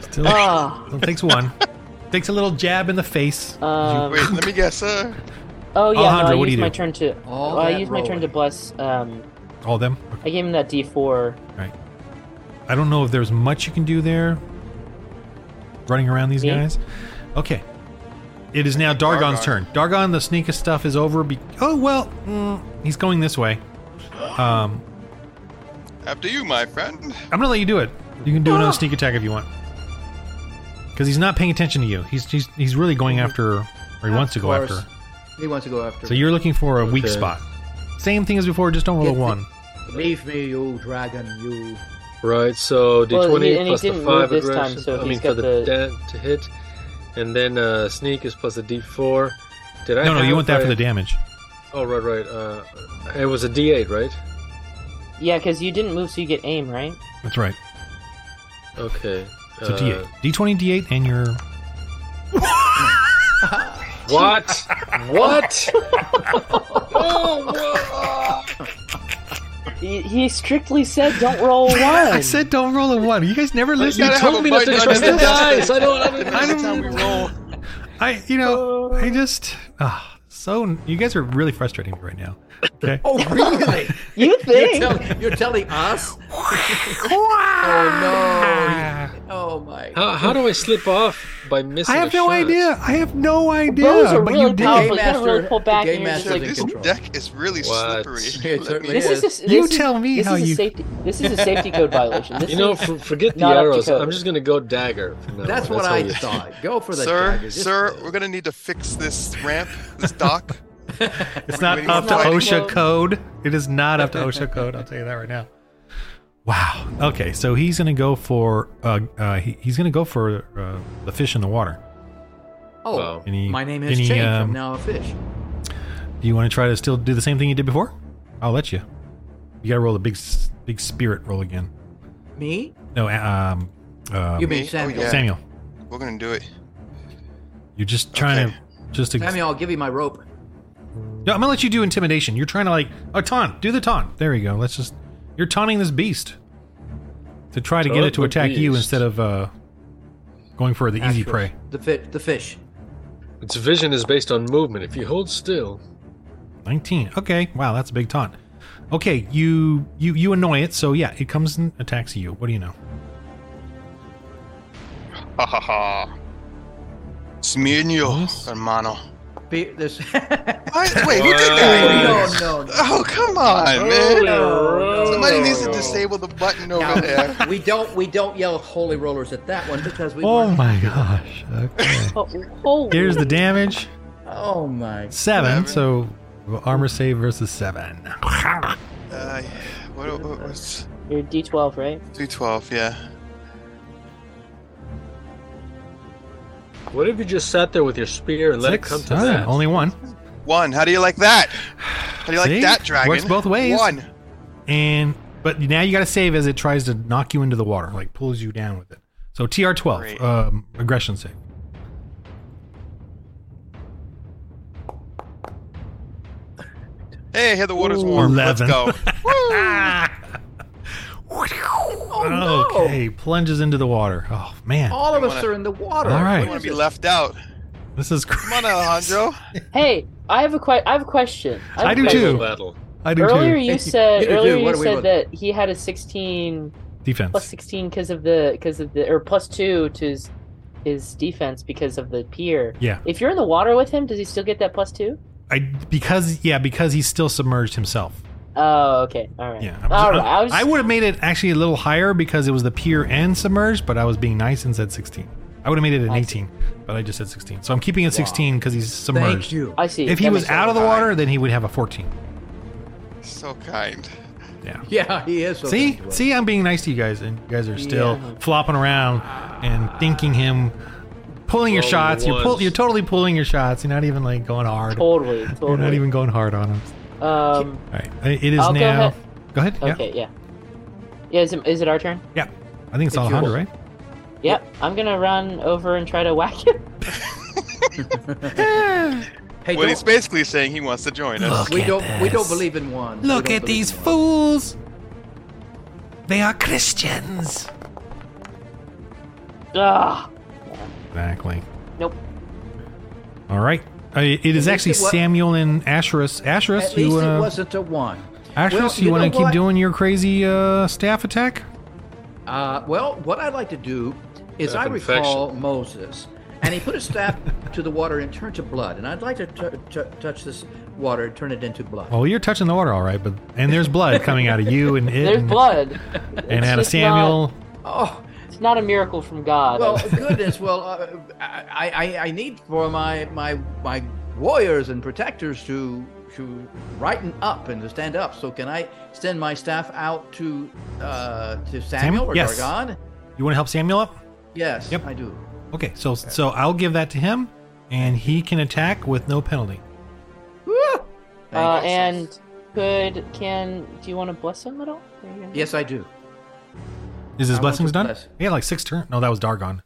S2: Still,
S3: Ah.
S2: still takes
S3: <laughs>
S2: one. Takes a little jab in the face.
S3: Um,
S4: Wait, let me guess. Uh,
S3: oh yeah,
S2: Alejandro,
S3: no, I
S2: what do
S3: used
S2: you
S3: my
S2: do?
S3: turn to.
S5: All
S3: Oh, I
S5: that
S3: used my turn
S5: rolling.
S3: to bless. Um,
S2: All them.
S3: I gave him that D four.
S2: Right. I don't know if there's much you can do there. Running around these
S3: Me?
S2: guys. Okay. It is now Dargon's
S4: Dargon.
S2: turn. Dargon, the sneakiest stuff is over. Be- oh well, mm, he's going this way. Um,
S4: after you, my friend.
S2: I'm gonna let you do it. You can do
S6: Ah.
S2: another sneak attack if you want. Because he's not paying attention to you. He's he's, he's really going after, or he wants to go after.
S5: He wants to go after.
S2: So you're looking for a weak
S6: Okay.
S2: spot. Same thing as before. Just don't roll
S5: Get
S2: a
S5: the-
S2: one.
S5: Leave me, you dragon, you.
S6: Right, so d20
S3: Well, he- and he
S6: plus the
S3: didn't
S6: 5
S3: move this
S6: aggression,
S3: time, so
S6: I
S3: he's
S6: mean,
S3: got
S6: for the,
S3: the-
S6: da- to hit, and then uh, sneak is plus a d4. Did I
S2: No, no,
S6: have
S2: you want that for the
S6: a-
S2: damage.
S6: Oh, right, right. Uh, it was a d8, right?
S3: Yeah, because you didn't move, so you get aim, right?
S2: That's right.
S6: Okay.
S2: So
S6: uh,
S2: D8, D20, D8, and your
S6: What?
S3: <laughs>
S6: what? Oh,
S3: He, he strictly said, "Don't <laughs> roll
S2: <laughs>
S3: one."
S2: I said don't roll a one. You guys never listen.
S6: You
S4: gotta have
S6: told
S4: a
S6: me not to
S4: button on
S6: trust the
S4: the
S6: dice. I <laughs> don't. I don't
S4: I don't how we <laughs> roll.
S2: I, you know, I just ah, so you guys are really frustrating me right now. Okay.
S5: <laughs> Oh, really?
S3: You
S5: you're,
S3: think?
S5: tell- you're telling us? oh, no. Oh, my.
S6: How, how do I slip off by missing?
S2: I have
S6: a
S2: no
S6: shot?
S2: idea. I have no idea.
S3: Those are
S2: but
S3: really
S2: you did.
S3: powerful.
S5: Game
S3: You gotta really
S5: master-
S3: pull back.
S5: game
S3: and you're just
S5: master
S3: like,
S5: is
S4: This
S5: control.
S4: deck is really
S6: What?
S4: slippery.
S5: It certainly
S3: This
S5: Yeah.
S3: is just, this
S2: You
S3: is-
S2: tell me
S3: this
S2: how
S3: is a
S2: you-
S3: safety. This is a safety code violation. This
S6: You know,
S3: is,
S6: for, forget the
S3: Not up to
S6: arrows.
S3: code.
S6: I'm just gonna go dagger. from now
S5: That's
S6: on.
S5: what
S6: all
S5: I
S6: you-
S5: thought. Go for the
S4: Sir,
S5: dagger. Just-
S4: sir, we're gonna need to fix this ramp, this dock.
S2: It's not
S4: Wait,
S2: up to
S4: what?
S2: OSHA
S3: Well-
S2: code. It is not up to OSHA code. I'll tell you that right now. Wow. Okay, so he's gonna go for uh, uh he, he's gonna go for uh, the fish in the water.
S5: Oh,
S6: Wow.
S2: Any-
S5: my name has
S2: any,
S5: changed.
S2: um,
S5: I'm now a fish.
S2: Do you want to try to still do the same thing you did before? I'll let you. You gotta roll a big s- big spirit roll again.
S5: Me?
S2: No, uh, um, um
S5: You mean
S4: me? Oh,
S5: Samuel?
S4: yeah.
S2: Samuel.
S4: We're gonna do it.
S2: You're just trying
S4: Okay.
S2: to just. Ex-
S5: Samuel, I'll give you my rope.
S2: no, I'm gonna let you do intimidation. You're trying to like oh taunt. Do the taunt. There you go. Let's just. You're taunting this beast to try to get it
S6: Taunt
S2: to
S6: the
S2: attack you
S6: beast.
S2: instead of uh, going for the easy
S5: Actress.
S2: prey.
S5: The fit, the fish.
S6: Its vision is based on movement. If you hold still,
S2: 19. Okay. Wow, that's a big taunt. Okay, you you you annoy it. So yeah, it comes and attacks you. What do you know?
S4: Ha ha ha. Smirno,
S2: Yes.
S4: hermano.
S5: Be, this.
S4: What? Wait, who did
S5: no,
S4: that?
S5: no, no.
S4: Oh, come on,
S6: Holy
S4: man.
S5: no,
S6: roll.
S4: Somebody needs to
S5: no.
S4: disable the button
S5: Now,
S4: over there.
S5: we don't we don't yell holy rollers at that one because we
S2: Oh
S5: weren't-
S2: my gosh. Okay.
S3: oh, holy.
S2: Here's the damage.
S5: oh
S2: <laughs>
S5: my
S2: Seven.
S4: Seven.
S2: So armor save versus seven.
S4: Uh, what, what, what's
S3: Your D12, right?
S4: 312? Yeah.
S6: What if you just sat there with your spear and let
S2: Six.
S6: it come to
S2: Ah,
S6: that?
S2: Only one.
S4: One. How do you like that? How do you
S2: See?
S4: like that dragon?
S2: Works both ways.
S4: One.
S2: And but now you got to save as it tries to knock you into the water, like pulls you down with it. So TR twelve
S4: Great.
S2: um, aggression save.
S4: Hey, here the water's warm. Let's
S2: 11.
S4: go.
S2: <laughs>
S4: Ah. <laughs> Oh,
S5: no.
S2: Okay, plunges into the water. Oh man,
S5: all of
S4: I
S5: us
S4: wanna-
S5: are in the water
S2: All right.
S4: I
S5: What
S4: want
S5: is
S4: to be
S5: it?
S4: left out.
S2: this is
S4: Come
S2: <laughs>
S4: on, Alejandro.
S3: Hey, I have a que- I have a question. have
S2: I
S3: a
S2: do
S3: question.
S2: too.
S6: Battle.
S2: I do
S3: Earlier
S2: too.
S3: you
S5: <laughs>
S3: said
S5: You do
S3: earlier
S5: too.
S3: you
S5: What do we
S3: said
S5: want?
S3: that he had a 16
S2: Defense.
S3: plus 16 because of the because of the or plus two to his his defense because of the pier.
S2: Yeah.
S3: If you're in the water with him, does he still get that plus two?
S2: I because yeah because he's still submerged himself.
S3: Oh, okay. All right.
S2: Yeah. I'm-
S3: All
S2: I'm-
S3: right. I was just-
S2: I would have made it actually a little higher because it was the pier and submerged, but I was being nice and said 16. I would have made it an
S3: I see.
S2: 18, but I just said 16. So I'm keeping it 16 because he's submerged.
S5: thank you
S3: I see.
S2: If he
S3: That
S2: was
S3: makes
S2: out of the
S4: sense.
S2: water, then he would have a 14.
S4: So kind.
S2: Yeah.
S5: <laughs> yeah he is so
S2: See,
S5: kind to us.
S2: see, I'm being nice to you guys, and you guys are still
S3: Yeah.
S2: flopping around and thinking him, pulling your
S6: Roll
S2: shots. You're pull,
S6: ones.
S2: you're totally pulling your shots. You're not even like going hard. <laughs>
S3: Totally.
S2: You're
S3: Totally.
S2: not even going hard on him.
S3: Um.
S2: All right, it is
S3: I'll go
S2: now.
S3: ahead.
S2: Go ahead. Yeah,
S3: Okay. Yeah. Yeah. Is it, is it our turn?
S2: yeah. I think it's
S5: It's yours.
S2: Alejandro, right?
S3: Yep. I'm gonna run over and try to whack him. <laughs>
S5: hey
S4: well,
S5: don't-
S4: he's basically saying he wants to join
S2: Look
S4: us.
S5: we
S2: at
S5: don't we
S2: this.
S5: don't believe in one We
S2: Look
S5: don't
S2: at
S5: believe
S2: these
S5: in one.
S2: fools. They are Christians.
S3: Ah.
S2: Exactly.
S3: Nope.
S2: All right. Uh, it it
S5: least
S2: is actually
S5: it wa-
S2: Samuel and Asherus. Asherus,
S5: at
S2: you
S5: least
S2: uh, want
S5: it
S2: to
S5: wasn't a one
S2: Asherus,
S5: Well,
S2: you,
S5: you
S2: want
S5: know
S2: to keep
S5: what?
S2: doing your crazy uh, staff attack?
S5: Uh, well, what I'd like to do is
S6: Staff
S5: I recall Moses, and he put a staff to the water and turned to blood, and I'd like to t- t- touch this water and turn it into blood.
S2: Well, you're touching the water, all right, but and there's blood coming out of you and it
S3: There's
S2: and, <laughs>
S3: blood.
S2: and
S3: It's
S2: out of
S3: just
S2: Samuel.
S5: Oh,
S3: It's not a miracle from God.
S5: well, goodness. Well, uh, I, I I need for my my my warriors and protectors to to righten up and to stand up. So can I send my staff out to uh, to Samuel or
S2: Yes.
S5: Dargon?
S2: You want to help Samuel up?
S5: Yes,
S2: Yep.
S5: I do.
S2: Okay, so so I'll give that to him, and he can attack with no penalty.
S5: Thank
S3: Uh,
S5: you.
S3: and could can do you want to bless him at all? Are you gonna-
S5: yes, I do.
S2: Is his
S5: I want
S2: blessings
S5: to
S2: done?
S5: bless.
S2: Yeah, like six turn. No, that was Dargon.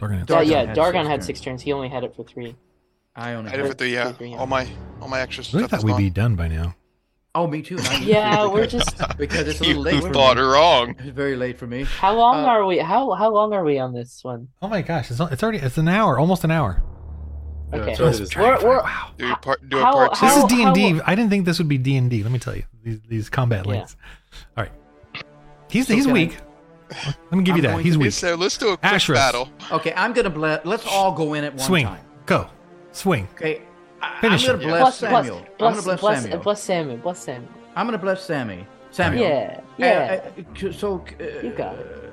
S2: Dargon. had-
S3: Uh,
S5: Dargon
S3: yeah,
S5: had
S3: Dargon
S5: six
S3: had
S5: turns.
S3: six turns. He only had it for three.
S5: I only.
S4: I did it for three, yeah. All my, all my extra
S2: I really
S4: stuff
S2: thought
S4: is
S2: we'd
S4: gone.
S2: be done by now.
S5: Oh, me too.
S3: <laughs>
S5: I need
S3: Yeah,
S5: to-
S3: we're just.
S5: <laughs> because it's a
S4: You
S5: little late. for
S4: thought
S5: me.
S4: wrong.
S5: It's very late for me.
S3: How long
S5: Uh,
S3: are we? How how long are we on this one?
S2: Oh my gosh, it's, it's already it's an hour, almost an hour.
S6: Yeah,
S3: Okay.
S6: so it is.
S3: We're, we're,
S2: Wow.
S4: Do, you part, do a
S3: How-
S4: part two.
S2: This is
S3: how-
S2: D and D. I didn't think this would be D and D. Let me tell you, these, these combat
S3: Yeah.
S2: links. All right, he's
S5: So
S2: he's
S5: can I-
S2: weak. Let me give
S5: I'm
S2: you that.
S5: going
S2: He's
S5: to-
S4: He
S2: weak.
S4: said, let's do a quick
S2: Asherus.
S4: battle.
S5: Okay, I'm gonna bless. Let's all go in at one
S2: Swing,
S5: time.
S2: go, swing.
S5: Okay. I-
S2: Finish
S5: I'm
S2: him.
S5: gonna bless
S3: bless,
S5: Samuel. I'm
S3: bless,
S5: gonna bless,
S3: bless,
S5: Samuel.
S3: bless Samuel. Bless Samuel.
S5: I'm gonna bless Sammy. Samuel.
S3: Yeah,
S5: Uh,
S3: yeah.
S5: uh, so uh,
S3: You got it.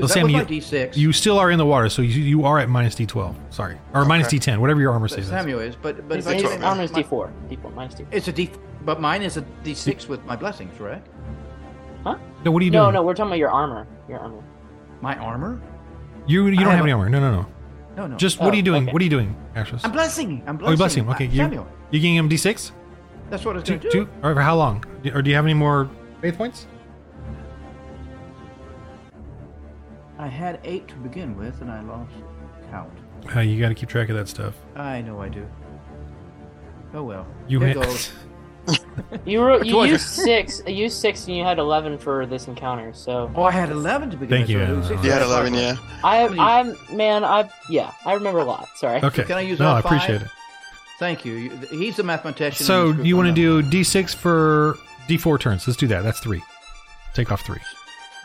S5: that
S2: Sammy,
S5: was my D6.
S2: You still are in the water, so you, you are at minus D twelve. Sorry, or minus D ten, whatever your armor
S5: But
S2: says.
S5: Samuel is, but but
S3: His,
S5: but-
S3: his
S5: but-
S3: armor is
S5: my-
S3: D4. D4 minus D4.
S5: It's a D, but mine is a D6 with my blessings, right?
S2: No, what are you
S3: No,
S2: doing?
S3: no, we're talking about your armor. Your armor.
S5: My armor?
S2: you you
S5: I
S2: don't have,
S5: have
S2: any
S5: a-
S2: armor. No, no, no.
S5: No, no.
S2: Just what are
S3: Oh,
S2: you doing?
S3: okay.
S2: What are you doing, Ashes?
S5: I'm blessing. I'm blessing.
S2: oh, you bless him. Okay,
S5: uh,
S2: you
S5: Samuel.
S2: you getting him D six?
S5: That's what it's
S2: Two,
S5: gonna do.
S2: two, or for how long? Do- Or do you have any more faith points?
S5: I had eight to begin with, and I lost count.
S2: Uh, you got to keep track of that stuff.
S5: I know I do. Oh well.
S2: You
S5: There
S2: <laughs> hit.
S5: goes.
S3: You wrote, you
S4: Told you.
S3: used six. You used six, and you had eleven for this encounter. So
S5: Oh, I had eleven to begin
S2: Thank
S5: with.
S2: you, uh,
S5: so it was six.
S2: Alan.
S4: You had
S5: That's
S4: 11,
S5: awkward.
S4: yeah.
S3: I,
S5: Please.
S3: I'm man. I yeah. I remember a lot. Sorry.
S2: okay.
S5: Can I use
S2: no,
S5: all
S2: I appreciate
S5: five?
S2: it.
S5: Thank you. You- He's a mathematician.
S2: So
S5: in this
S2: you
S5: group,
S2: want to
S5: I'm
S2: do D6 for D4 turns? Let's do that. That's three. Take off three.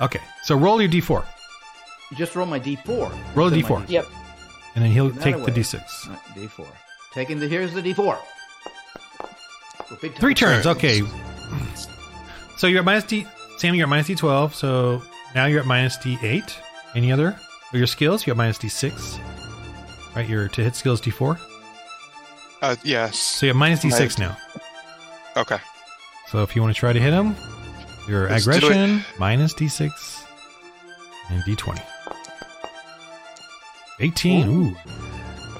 S2: Okay. So roll your D4,
S5: not. Just roll my D4.
S2: Roll a
S5: It's in
S2: D4.
S5: my
S3: Yep.
S2: and then he'll
S5: Another
S2: take the
S5: way.
S2: D6.
S5: Alright, D4. Taking the here's the D4. Go big time.
S2: Three turns.
S4: Turns.
S2: Okay. So you're at minus D. Sammy, you're at minus D12. So now you're at minus D8. Any other? Or your skills? You're at minus D6. Right. Your to hit skills D4.
S4: Uh, yes.
S2: So you have minus D6
S4: Minus-
S2: now.
S4: Okay.
S2: So if you want to try to hit him, your
S4: Let's do it.
S2: aggression minus d6 and d20. 18. Ooh.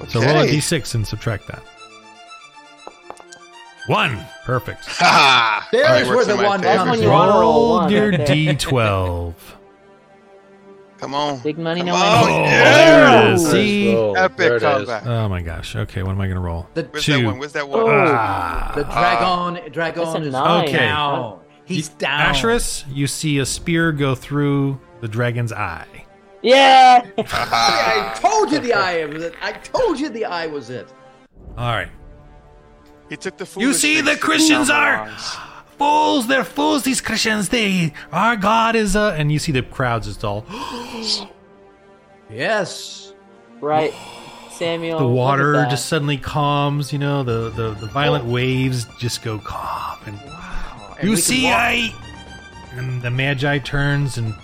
S4: okay.
S2: So roll a
S4: <laughs>
S2: d6 and subtract that. One. Perfect.
S4: <laughs> Ha!
S5: There's
S4: Alright,
S5: where
S4: works
S5: the
S4: in my
S5: one
S4: favor.
S3: That's when you want to roll
S2: roll
S3: one.
S2: your
S3: right there.
S2: d12.
S4: Come on.
S3: Big money,
S4: Come
S3: no
S4: on.
S3: money.
S2: Oh,
S4: yeah!
S2: there it is. See?
S4: Epic comeback.
S2: Oh my gosh. Okay, what am I going to roll?
S5: The,
S4: Where's
S2: Two.
S4: that one? Where's that one?
S3: Oh.
S2: Ah.
S5: the dragon,
S3: That's a
S5: dragon is
S3: nine.
S2: Okay.
S5: down. He's down.
S2: Asherus, you see a spear go through the dragon's eye.
S3: Yeah. <laughs>
S5: I told you the eye was it. I told you the eye was it.
S2: All right.
S4: He took the food.
S2: You see, the Christians are fools. They're fools. These Christians. They, our God is a, and you see the crowds. It's all
S5: Yes.
S3: Right. Samuel.
S2: the
S3: look at
S2: water
S3: that.
S2: just suddenly calms. You know, the the, the violent waves just go calm. And
S5: Oh. Wow. And
S2: you
S5: we can
S2: see,
S5: walk.
S2: I, and the Magi turns and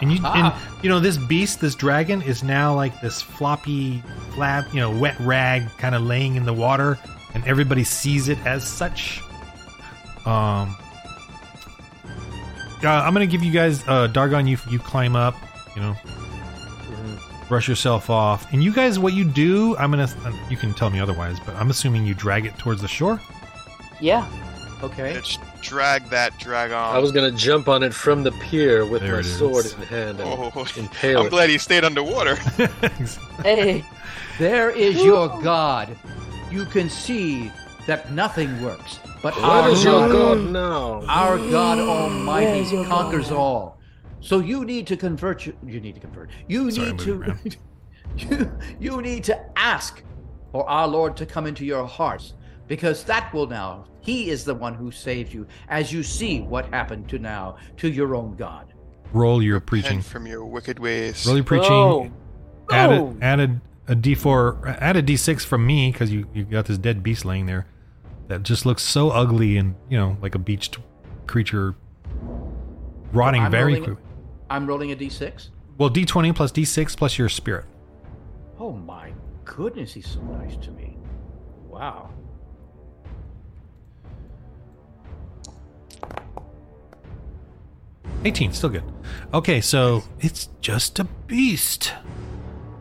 S2: and you
S5: Ah.
S2: and you know this beast, this dragon is now like this floppy, flap, you know, wet rag kind of laying in the water, and everybody sees it as such. Um, uh, I'm gonna give you guys uh, Dargon. You you climb up, you know, brush yourself off, and you guys, what you do, I'm gonna. uh, You can tell me otherwise, but I'm assuming you drag it towards the shore. <laughs>
S3: Yeah.
S5: Okay.
S4: Let's drag that dragon.
S6: I was gonna jump on it from the pier with
S2: There
S6: my
S2: it is.
S6: sword <laughs> in hand and
S4: Oh, <laughs>
S6: impale
S4: I'm
S6: it.
S4: glad he
S2: <laughs>
S4: stayed underwater.
S3: Hey.
S5: There is your God. You can see that nothing works, but
S6: What
S5: our
S2: Oh.
S6: is your
S5: God
S6: god now?
S5: Our God Almighty conquers all. So you need to convert. You, you need to convert. You
S2: Sorry, I'm
S5: need
S2: moving
S5: to. <laughs> you, you need to ask for our Lord to come into your hearts, because that will now. He is the one who saved you, as you see what happened to now to your own God.
S2: Roll your
S4: Turn
S2: preaching.
S4: from your wicked ways.
S2: Roll your preaching.
S3: Whoa.
S2: add a,
S3: Oh.
S2: add a, a d4 add a d6 from me because you, you got this dead beast laying there that just looks so ugly and you know like a beached creature rotting
S5: I'm
S2: very
S5: rolling-
S2: quickly
S5: I'm rolling a d6.
S2: well d20 plus d6 plus your spirit
S5: Oh my goodness, he's so nice to me. Wow.
S2: 18, still good. Okay, so it's just a beast.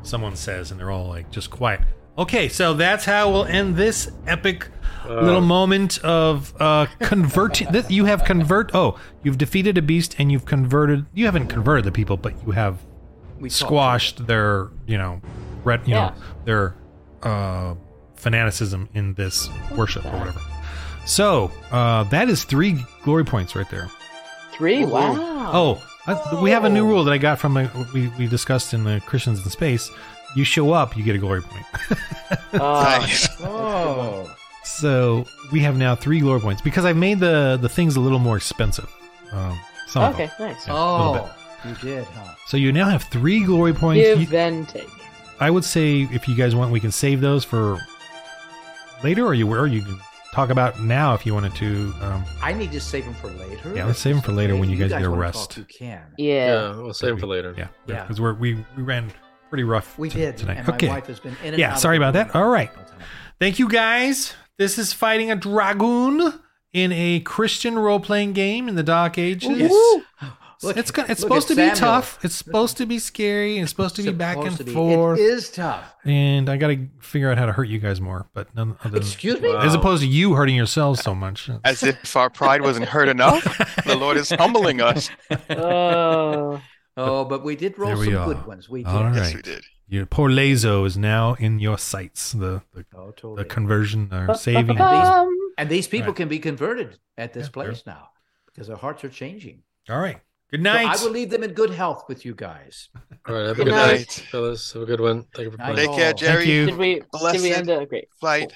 S2: Someone says, and they're all like just quiet. Okay, so that's how we'll end this epic
S5: Uh.
S2: little moment of uh converting. <laughs> this, you have convert. Oh, you've defeated a beast, and you've converted. You haven't converted the people, but you have
S5: We talked.
S2: squashed their, you know, ret- you know,
S3: Yeah.
S2: their uh, fanaticism in this worship or whatever. So uh, that is three glory points right there.
S3: Three? Wow.
S2: Oh, I- we have a new rule that I got from the, we we discussed in the Christians in Space. You show up, you get a glory point.
S3: Uh,
S4: Nice.
S5: Oh.
S2: So we have now three glory points because I've made the the things a little more expensive. Um, some of them.
S3: okay, nice.
S2: Yeah, a little bit.
S5: Oh. You did, huh?
S2: So you now have three glory points. You-
S3: Give then take.
S2: I would say if you guys want, we can save those for later, or you or you can talk about now if you wanted to. Um,
S5: I need to save them for later.
S2: Yeah, let's save 'em for later when
S5: If
S2: you guys get a
S5: wanna
S2: rest.
S5: Talk, you can.
S3: Yeah.
S6: Yeah, we'll save them for later.
S2: yeah, yeah,
S5: Yeah.
S2: because we're we we ran pretty rough.
S5: We
S2: to-
S5: did.
S2: tonight.
S5: And my
S2: okay,
S5: wife has been in and
S2: Yeah,
S5: out of
S2: sorry
S5: the
S2: about that.
S5: room
S2: All right.
S5: the whole time.
S2: thank you guys. This is fighting a dragoon in a Christian role playing game in the Dark Ages.
S5: Woo!
S2: It's
S5: Look-
S2: it's, gonna-
S5: look
S2: it's
S5: at
S2: supposed to be
S5: Samuel.
S2: tough. It's supposed to be scary. and It's supposed to be back
S5: Supposed
S2: and
S5: to be.
S2: forth.
S5: It is tough.
S2: and I got to figure out how to hurt you guys more. But none other than,
S5: Excuse me?
S6: Wow.
S2: as opposed to you hurting yourselves so much.
S4: As if our pride wasn't hurt enough, the Lord is humbling us.
S3: Oh.
S5: Oh, but we did roll
S2: There we
S5: some
S2: are.
S5: good ones. We did.
S2: All right.
S4: Yes, we did.
S2: <laughs> Your poor Lazo is now in your sights. The the,
S5: Oh, totally.
S2: the conversion
S5: <laughs>
S3: Uh,
S2: or <laughs> saving. All
S3: Ba-ba-bum.
S5: and these people
S2: Right.
S5: can be converted at this
S2: Yeah,
S5: place now because their hearts are changing.
S2: right. Good
S5: So
S2: night.
S5: I will leave them in good health with you guys.
S6: All right, have a
S3: Good
S6: good
S4: night.
S6: night, fellas. Have a good one. Thank you for
S5: Night.
S6: playing.
S4: Take care,
S5: Thank
S4: Jerry.
S2: you.
S3: Did we? Did
S4: Blessed
S3: we end up great?
S4: Fight.